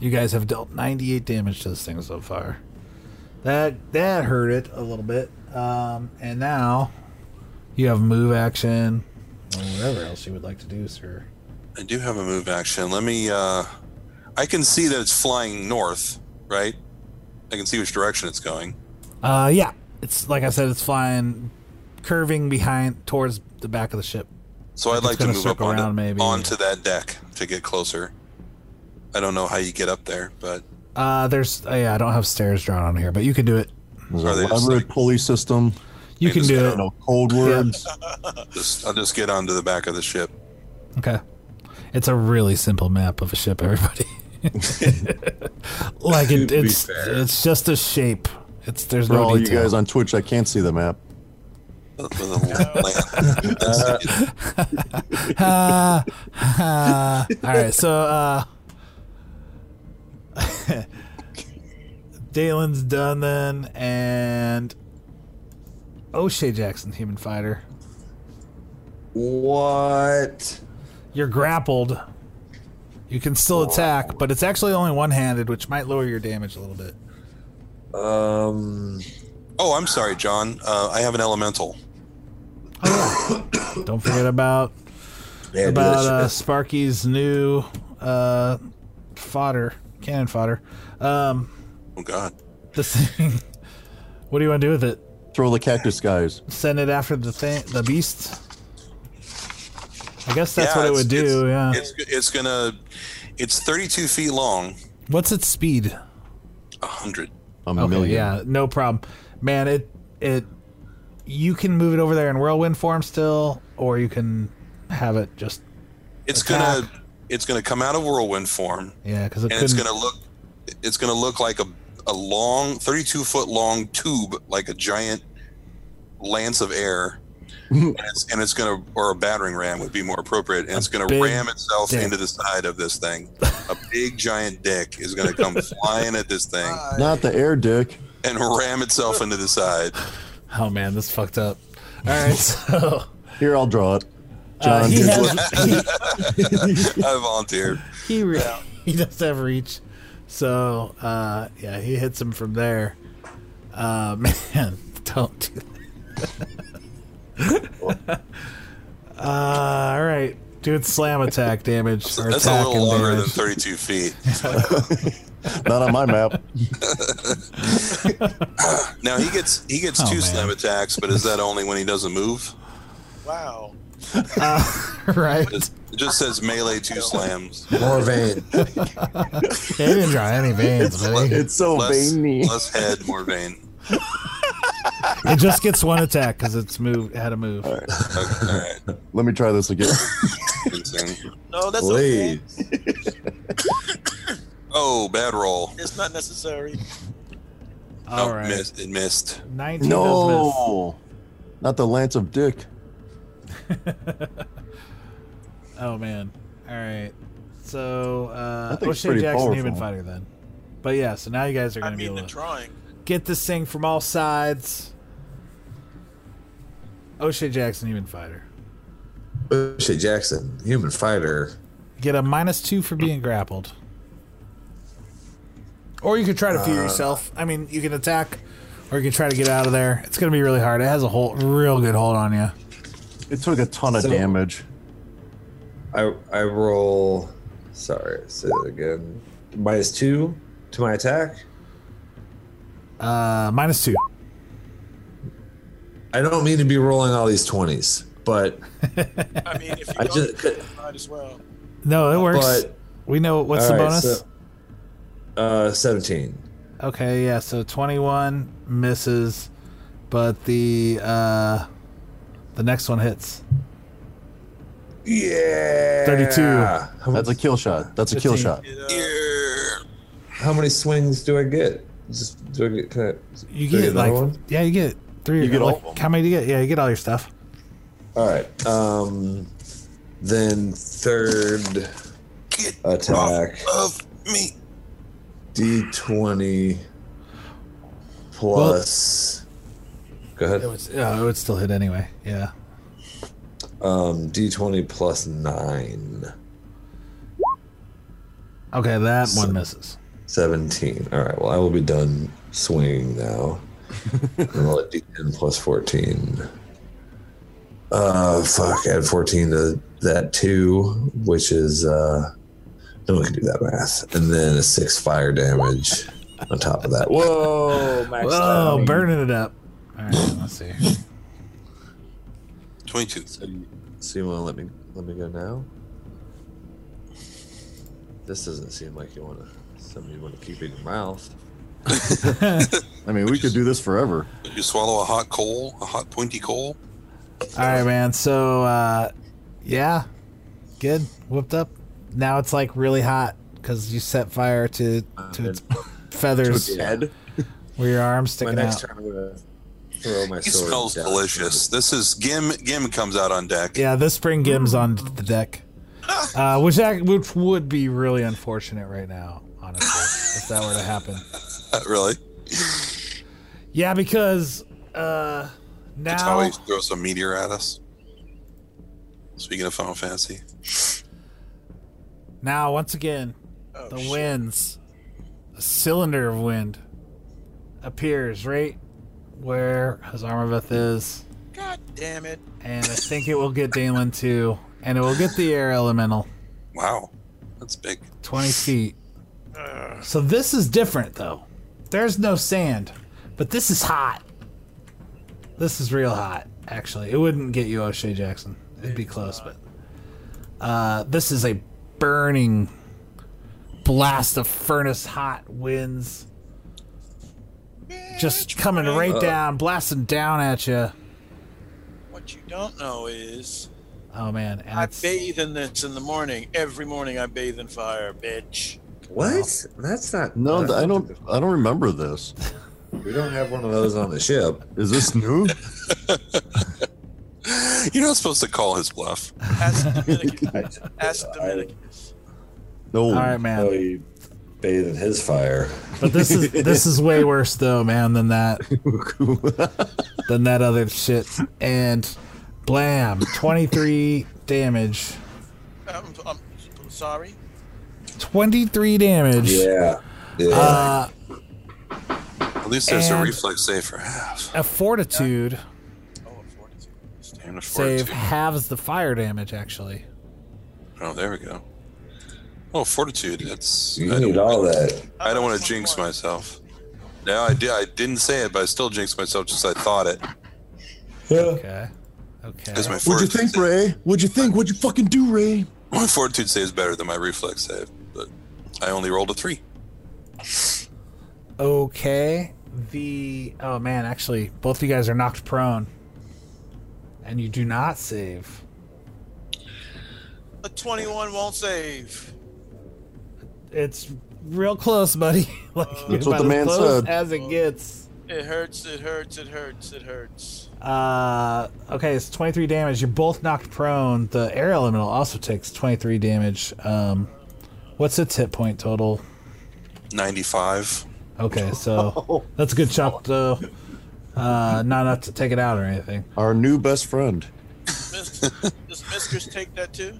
Speaker 1: You guys have dealt 98 damage to this thing so far. That that hurt it a little bit. Um, and now you have move action or whatever else you would like to do, sir.
Speaker 3: I do have a move action. Let me. Uh, I can see that it's flying north, right? I can see which direction it's going.
Speaker 1: Uh, yeah. It's like I said, it's flying, curving behind towards the back of the ship.
Speaker 3: So I'd like to
Speaker 1: gonna
Speaker 3: move up
Speaker 1: circle
Speaker 3: onto,
Speaker 1: around, maybe.
Speaker 3: onto that deck to get closer. I don't know how you get up there, but
Speaker 1: Uh, there's uh, yeah, I don't have stairs drawn on here, but you can do it.
Speaker 4: There's
Speaker 3: Are
Speaker 4: a
Speaker 3: they just
Speaker 4: elaborate pulley system.
Speaker 1: You
Speaker 3: They
Speaker 1: can
Speaker 3: just
Speaker 1: do
Speaker 3: got
Speaker 1: it.
Speaker 4: No cold words.
Speaker 3: just, I'll just get onto the back of the ship.
Speaker 1: Okay. It's a really simple map of a ship, everybody. like it,
Speaker 2: To be
Speaker 1: it's
Speaker 2: fair.
Speaker 1: it's just a shape. It's there's
Speaker 4: For
Speaker 1: no
Speaker 4: all you
Speaker 1: detail.
Speaker 4: guys on Twitch, I can't see the map.
Speaker 3: with a little land. That's-
Speaker 1: Ah, ah. all right, so uh Dalen's done then and O'Shea Jackson, human fighter.
Speaker 2: What?
Speaker 1: You're grappled. You can still attack, but it's actually only one handed, which might lower your damage a little bit.
Speaker 2: Um.
Speaker 3: oh, I'm sorry, John. Uh, I have an elemental.
Speaker 1: Don't forget about
Speaker 2: Yeah,
Speaker 1: about
Speaker 2: do that
Speaker 1: uh,
Speaker 2: shit.
Speaker 1: Sparky's new uh, fodder, cannon fodder. Um,
Speaker 3: Oh God.
Speaker 1: the thing. What do you want to do with it?
Speaker 4: Throw the cactus guys.
Speaker 1: Send it after the thing, the beast. I guess that's what it
Speaker 3: it's-
Speaker 1: would do.
Speaker 3: it's-
Speaker 1: yeah.
Speaker 3: It's, it's gonna. It's 32 feet long.
Speaker 1: What's its speed?
Speaker 3: hundred.
Speaker 4: A
Speaker 1: Okay,
Speaker 4: million.
Speaker 1: yeah, no problem, man. It it you can move it over there in whirlwind form still, or you can have it just
Speaker 3: It's
Speaker 1: Attack.
Speaker 3: gonna. It's gonna come out of whirlwind form,
Speaker 1: yeah, because it
Speaker 3: and
Speaker 1: couldn't.
Speaker 3: it's gonna look. It's gonna look like a a long 32 foot long tube, like a giant lance of air. and, it's, and it's gonna, or a battering ram would be more appropriate. And it's gonna
Speaker 1: big
Speaker 3: ram itself
Speaker 1: dick.
Speaker 3: into the side of this thing. a big giant dick is gonna come flying at this thing
Speaker 4: Not the air dick.
Speaker 3: and ram itself into the side.
Speaker 1: oh man, this fucked up. All right, so
Speaker 4: Here, I'll draw it. John,
Speaker 1: Uh, he
Speaker 4: here's
Speaker 1: has-
Speaker 4: what-
Speaker 3: I volunteered.
Speaker 6: He re-
Speaker 1: he does have reach. So uh, yeah, he hits him from there. Uh, man, don't do that. uh, all right, doing slam attack damage. or
Speaker 3: That's a
Speaker 1: attack
Speaker 3: little
Speaker 1: and
Speaker 3: longer than
Speaker 1: damage.
Speaker 3: 32 feet.
Speaker 4: not on my map.
Speaker 3: Now he gets he gets
Speaker 1: Oh,
Speaker 3: two
Speaker 1: man.
Speaker 3: slam attacks, but is that only when he doesn't move?
Speaker 5: Wow.
Speaker 1: right.
Speaker 3: It it just says melee two slams.
Speaker 2: More vein.
Speaker 1: Yeah, he didn't draw any veins, but he-
Speaker 4: It's so
Speaker 3: Less,
Speaker 4: veiny.
Speaker 3: less head, more vein.
Speaker 1: it just gets one attack because it's moved had a move.
Speaker 3: Okay, all right.
Speaker 4: Let me try this again.
Speaker 3: Insane.
Speaker 5: No, that's okay.
Speaker 2: Please.
Speaker 3: Oh, bad roll.
Speaker 5: It's not necessary.
Speaker 1: All
Speaker 3: oh,
Speaker 1: right,
Speaker 3: missed. It missed.
Speaker 1: nineteen does miss.
Speaker 4: No, not the lance of dick.
Speaker 1: Oh man. All right. So uh,
Speaker 4: That thing's
Speaker 1: O'Shea
Speaker 4: pretty
Speaker 1: Jackson, human
Speaker 4: powerful.
Speaker 1: fighter, then. But yeah, so now you guys are
Speaker 5: I
Speaker 1: gonna be
Speaker 5: mean,
Speaker 1: able
Speaker 5: the
Speaker 1: to
Speaker 5: drawing.
Speaker 1: get this thing from all sides. O'Shea Jackson, human fighter.
Speaker 2: O'Shea Jackson, human fighter.
Speaker 1: Get a minus two for being grappled. Or you could try to
Speaker 2: Uh,
Speaker 1: fear yourself. I mean, you can attack, or you can try to get out of there. It's gonna be really hard. It has a whole real good hold on you.
Speaker 4: It took a ton of
Speaker 2: So-
Speaker 4: damage.
Speaker 2: I I roll. Sorry, say that again. Minus two to my attack.
Speaker 1: Uh, minus two.
Speaker 2: I don't mean to be rolling all these twenties, but
Speaker 5: I mean, if you
Speaker 2: I
Speaker 5: don't,
Speaker 2: just
Speaker 5: might as well.
Speaker 1: No, it works.
Speaker 2: but
Speaker 1: we know what's
Speaker 2: all
Speaker 1: the
Speaker 2: right,
Speaker 1: bonus.
Speaker 2: so, uh, seventeen.
Speaker 1: Okay, yeah, so 21 misses, but the uh the next one hits.
Speaker 2: Yeah.
Speaker 1: 32.
Speaker 2: How,
Speaker 4: That's
Speaker 2: That's
Speaker 4: a kill shot. That's a kill shot.
Speaker 3: Yeah.
Speaker 2: how many swings do I get? Just do I get? Can I,
Speaker 1: You
Speaker 2: do I
Speaker 1: get
Speaker 2: another
Speaker 1: like yeah, you get three
Speaker 4: You get all
Speaker 1: like,
Speaker 4: of them.
Speaker 1: How many do you get? Yeah, you get all your stuff.
Speaker 2: All right. Um, then third
Speaker 3: Get
Speaker 2: Uh, attack.
Speaker 3: off of me.
Speaker 2: D twenty plus. go ahead.
Speaker 1: It was Oh, yeah, it would still hit anyway. Yeah.
Speaker 2: Um, D twenty plus nine.
Speaker 1: Okay, that
Speaker 2: So-
Speaker 1: one misses.
Speaker 2: 17. All right. Well, I will be done swinging now. and I'll let D10 plus 14. Uh, fuck. Add 14 to that two, which is uh, no one can do that math. And then a six fire damage on top of that. Whoa, max.
Speaker 1: Whoa, burning it up. All right, let's see.
Speaker 3: 22.
Speaker 2: So you want to let me let me go now? This doesn't seem like you want to. Something you want to keep in your mouth.
Speaker 4: I mean, we could do this forever.
Speaker 3: Did you swallow a hot coal? A hot pointy coal?
Speaker 1: All right, man. So uh yeah. Good. Whipped up. Now it's like really hot cuz you set fire to to its feathers
Speaker 2: Uh, Dead.
Speaker 1: where your arms
Speaker 2: My
Speaker 1: sticking
Speaker 2: next
Speaker 1: out.
Speaker 2: turn, I'm gonna throw my
Speaker 3: It
Speaker 2: sword.
Speaker 3: smells
Speaker 2: down.
Speaker 3: delicious. This is Gim. Gim comes out on deck.
Speaker 1: Yeah, this spring Gim's on the deck, uh, which act, which would be really unfortunate right now, honestly, if that were to happen.
Speaker 3: really?
Speaker 1: Yeah, because uh,
Speaker 3: It's
Speaker 1: now
Speaker 3: how he throws a meteor at us. Speaking of Final Fantasy,
Speaker 1: now once again
Speaker 5: Oh,
Speaker 1: the
Speaker 5: shit.
Speaker 1: winds, a cylinder of wind, appears right where Hazarmaveth is,
Speaker 5: God damn it.
Speaker 1: and I think it will get Dalen too, and it will get the air elemental.
Speaker 3: wow, that's big.
Speaker 1: 20 feet. Uh, So this is different, though. There's no sand, but this is hot. This is real hot, actually. It wouldn't get you O'Shea Jackson. It'd be close, but uh, this is a burning blast of furnace hot winds just coming right down, blasting down at you.
Speaker 5: What you don't know is
Speaker 1: Oh man, and
Speaker 5: I
Speaker 1: it's-
Speaker 5: bathe in this in the morning. Every morning I bathe in fire, bitch.
Speaker 2: What? That's not.
Speaker 4: No,
Speaker 2: that's
Speaker 4: I
Speaker 2: not
Speaker 4: don't. I don't remember this.
Speaker 2: the- We don't have one of those on the ship.
Speaker 4: Is this new?
Speaker 3: You're not supposed to call his bluff.
Speaker 5: Ask Dominicus. Ask Dominicus.
Speaker 4: No.
Speaker 1: all right, man.
Speaker 2: Oh, he bathed in his fire.
Speaker 1: But this is this is way worse though, man, than that than that other shit. And blam, 23 damage.
Speaker 5: I'm, I'm sorry.
Speaker 1: 23 damage.
Speaker 2: Yeah. Yeah.
Speaker 1: Uh,
Speaker 3: At least there's a
Speaker 1: And-
Speaker 3: reflex save for half.
Speaker 1: a fortitude
Speaker 5: Oh, I'm 42.
Speaker 3: Damn, it's
Speaker 1: save
Speaker 3: 42.
Speaker 1: halves the fire damage, actually.
Speaker 3: Oh, there we go. Oh, fortitude. That's.
Speaker 2: you
Speaker 3: I
Speaker 2: need
Speaker 3: don't,
Speaker 2: all that.
Speaker 3: I don't want to jinx myself. No, I did. I didn't say it, but I still jinxed myself just I thought it.
Speaker 1: Okay. Okay.
Speaker 3: Because my
Speaker 4: What'd you
Speaker 3: fortitude,
Speaker 4: think,
Speaker 3: save,
Speaker 4: Ray? What'd you think? What'd you fucking do, Ray?
Speaker 3: my fortitude save is better than my reflex save, but I only rolled a three.
Speaker 1: Okay. The oh man, actually, both of you guys are knocked prone, and you do not save.
Speaker 5: A 21 won't save.
Speaker 1: It's real close, buddy. like
Speaker 4: That's
Speaker 1: about
Speaker 4: what the
Speaker 1: as
Speaker 4: man
Speaker 1: close
Speaker 4: said.
Speaker 1: As it gets.
Speaker 5: It hurts, it hurts, it hurts, it hurts.
Speaker 1: Uh, okay, it's 23 damage. You're both knocked prone. The air elemental also takes 23 damage. Um, what's its hit point total?
Speaker 3: 95.
Speaker 1: Okay, so that's a good chunk, though. Uh, not enough to take it out or anything.
Speaker 4: Our new best friend.
Speaker 5: Mis- Does Mistress take that too?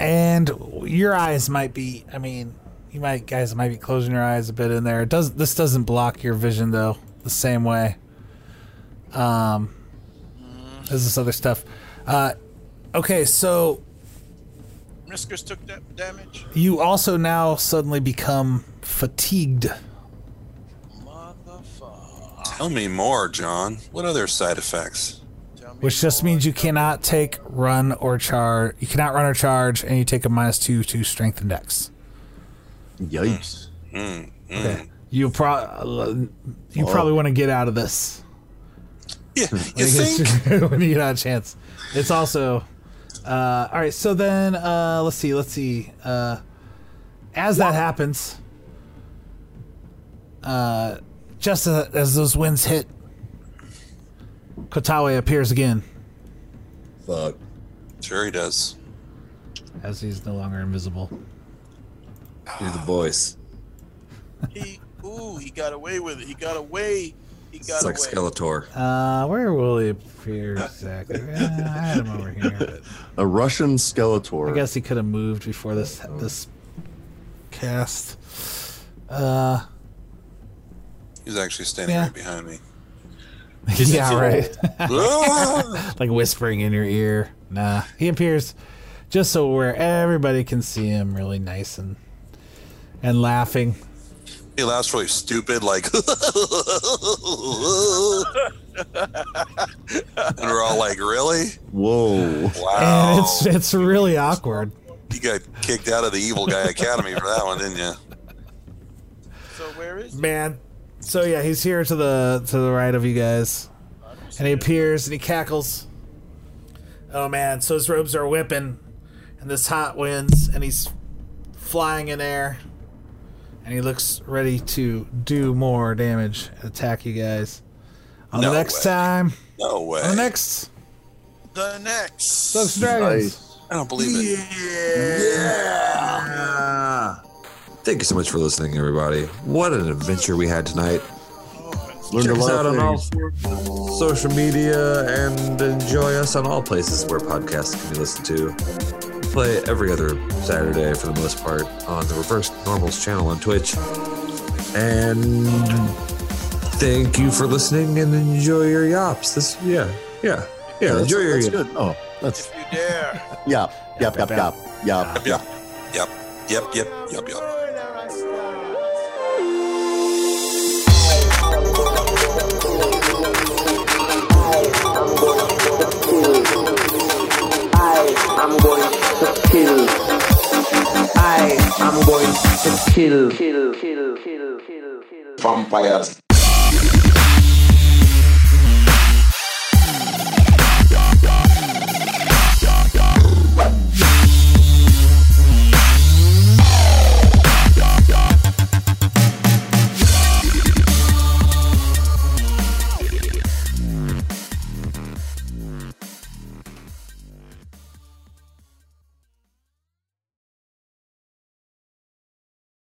Speaker 1: and your eyes might be i mean you might guys might be closing your eyes a bit in there it does this doesn't block your vision though the same way um there's this other stuff uh okay so
Speaker 5: Mistress took that damage?
Speaker 1: you also now suddenly become fatigued
Speaker 5: Motherfucker.
Speaker 3: Tell me more, John. What other side effects?
Speaker 5: Tell me
Speaker 1: which just
Speaker 5: more.
Speaker 1: means you cannot take run or charge you cannot run or charge and you take a minus two to strength index
Speaker 4: Yikes.
Speaker 3: Mm, mm.
Speaker 1: okay you pro you probably want to get out of this
Speaker 3: Yeah, you
Speaker 1: I guess
Speaker 3: think?
Speaker 1: when you got a chance. It's also uh, all right. So then, uh, let's see. Let's see. Uh, as that happens, uh, just as, as those winds hit, Kotawe appears again
Speaker 2: Fuck.
Speaker 3: Sure, he does.
Speaker 1: as he's no longer invisible.
Speaker 2: He's the voice.
Speaker 5: He, ooh, he got away with it. He got away. He got
Speaker 2: It's like
Speaker 5: away.
Speaker 2: Skeletor.
Speaker 1: Uh, where will he appear exactly? Uh, I had him over here. but
Speaker 4: A Russian
Speaker 1: I
Speaker 4: Skeletor.
Speaker 1: guess he could have moved before this this cast. Uh,
Speaker 3: He's actually standing
Speaker 1: Yeah.
Speaker 3: right behind me.
Speaker 1: yeah, right.
Speaker 3: Ah!
Speaker 1: like whispering in your ear. Nah, he appears just so where everybody can see him, really nice and and laughing.
Speaker 3: he laughs really stupid, like, and we're all like, "Really?
Speaker 4: Whoa.
Speaker 3: Wow!"
Speaker 1: And it's it's really awkward.
Speaker 3: you got kicked out of the Evil Guy Academy for that one, didn't you?
Speaker 5: So where is he?
Speaker 1: man. So yeah, he's here to the to the right of you guys, and he appears and he cackles. Oh man! So his robes are whipping, and this hot winds, and he's flying in air, and he looks ready to do more damage and attack you guys. On
Speaker 3: No
Speaker 1: the next
Speaker 3: way.
Speaker 1: time,
Speaker 3: No way.
Speaker 1: on the next
Speaker 5: The next.
Speaker 1: Thugs and Dragons.
Speaker 3: I don't believe it.
Speaker 2: Thank you so much for listening, everybody. What an adventure we had tonight.
Speaker 4: Learned
Speaker 2: Check
Speaker 4: a
Speaker 2: us
Speaker 4: lot
Speaker 2: out
Speaker 4: of
Speaker 2: on all
Speaker 4: things.
Speaker 2: social media and enjoy us on all places where podcasts can be listened to. We play every other Saturday for the most part on the Reverse Normals channel on Twitch. And thank you for listening and enjoy your yops. This yeah, yeah. Yeah,
Speaker 4: that's,
Speaker 2: enjoy your
Speaker 4: that's
Speaker 2: yops.
Speaker 4: good. Oh, that's
Speaker 5: If you dare.
Speaker 4: yep, yep, yep, yep, yep.
Speaker 3: Yep, yep, yep, yep, yep, yep.
Speaker 6: I'm going to kill. I am going to kill. Kill, kill, kill, kill, kill, kill.
Speaker 7: vampires.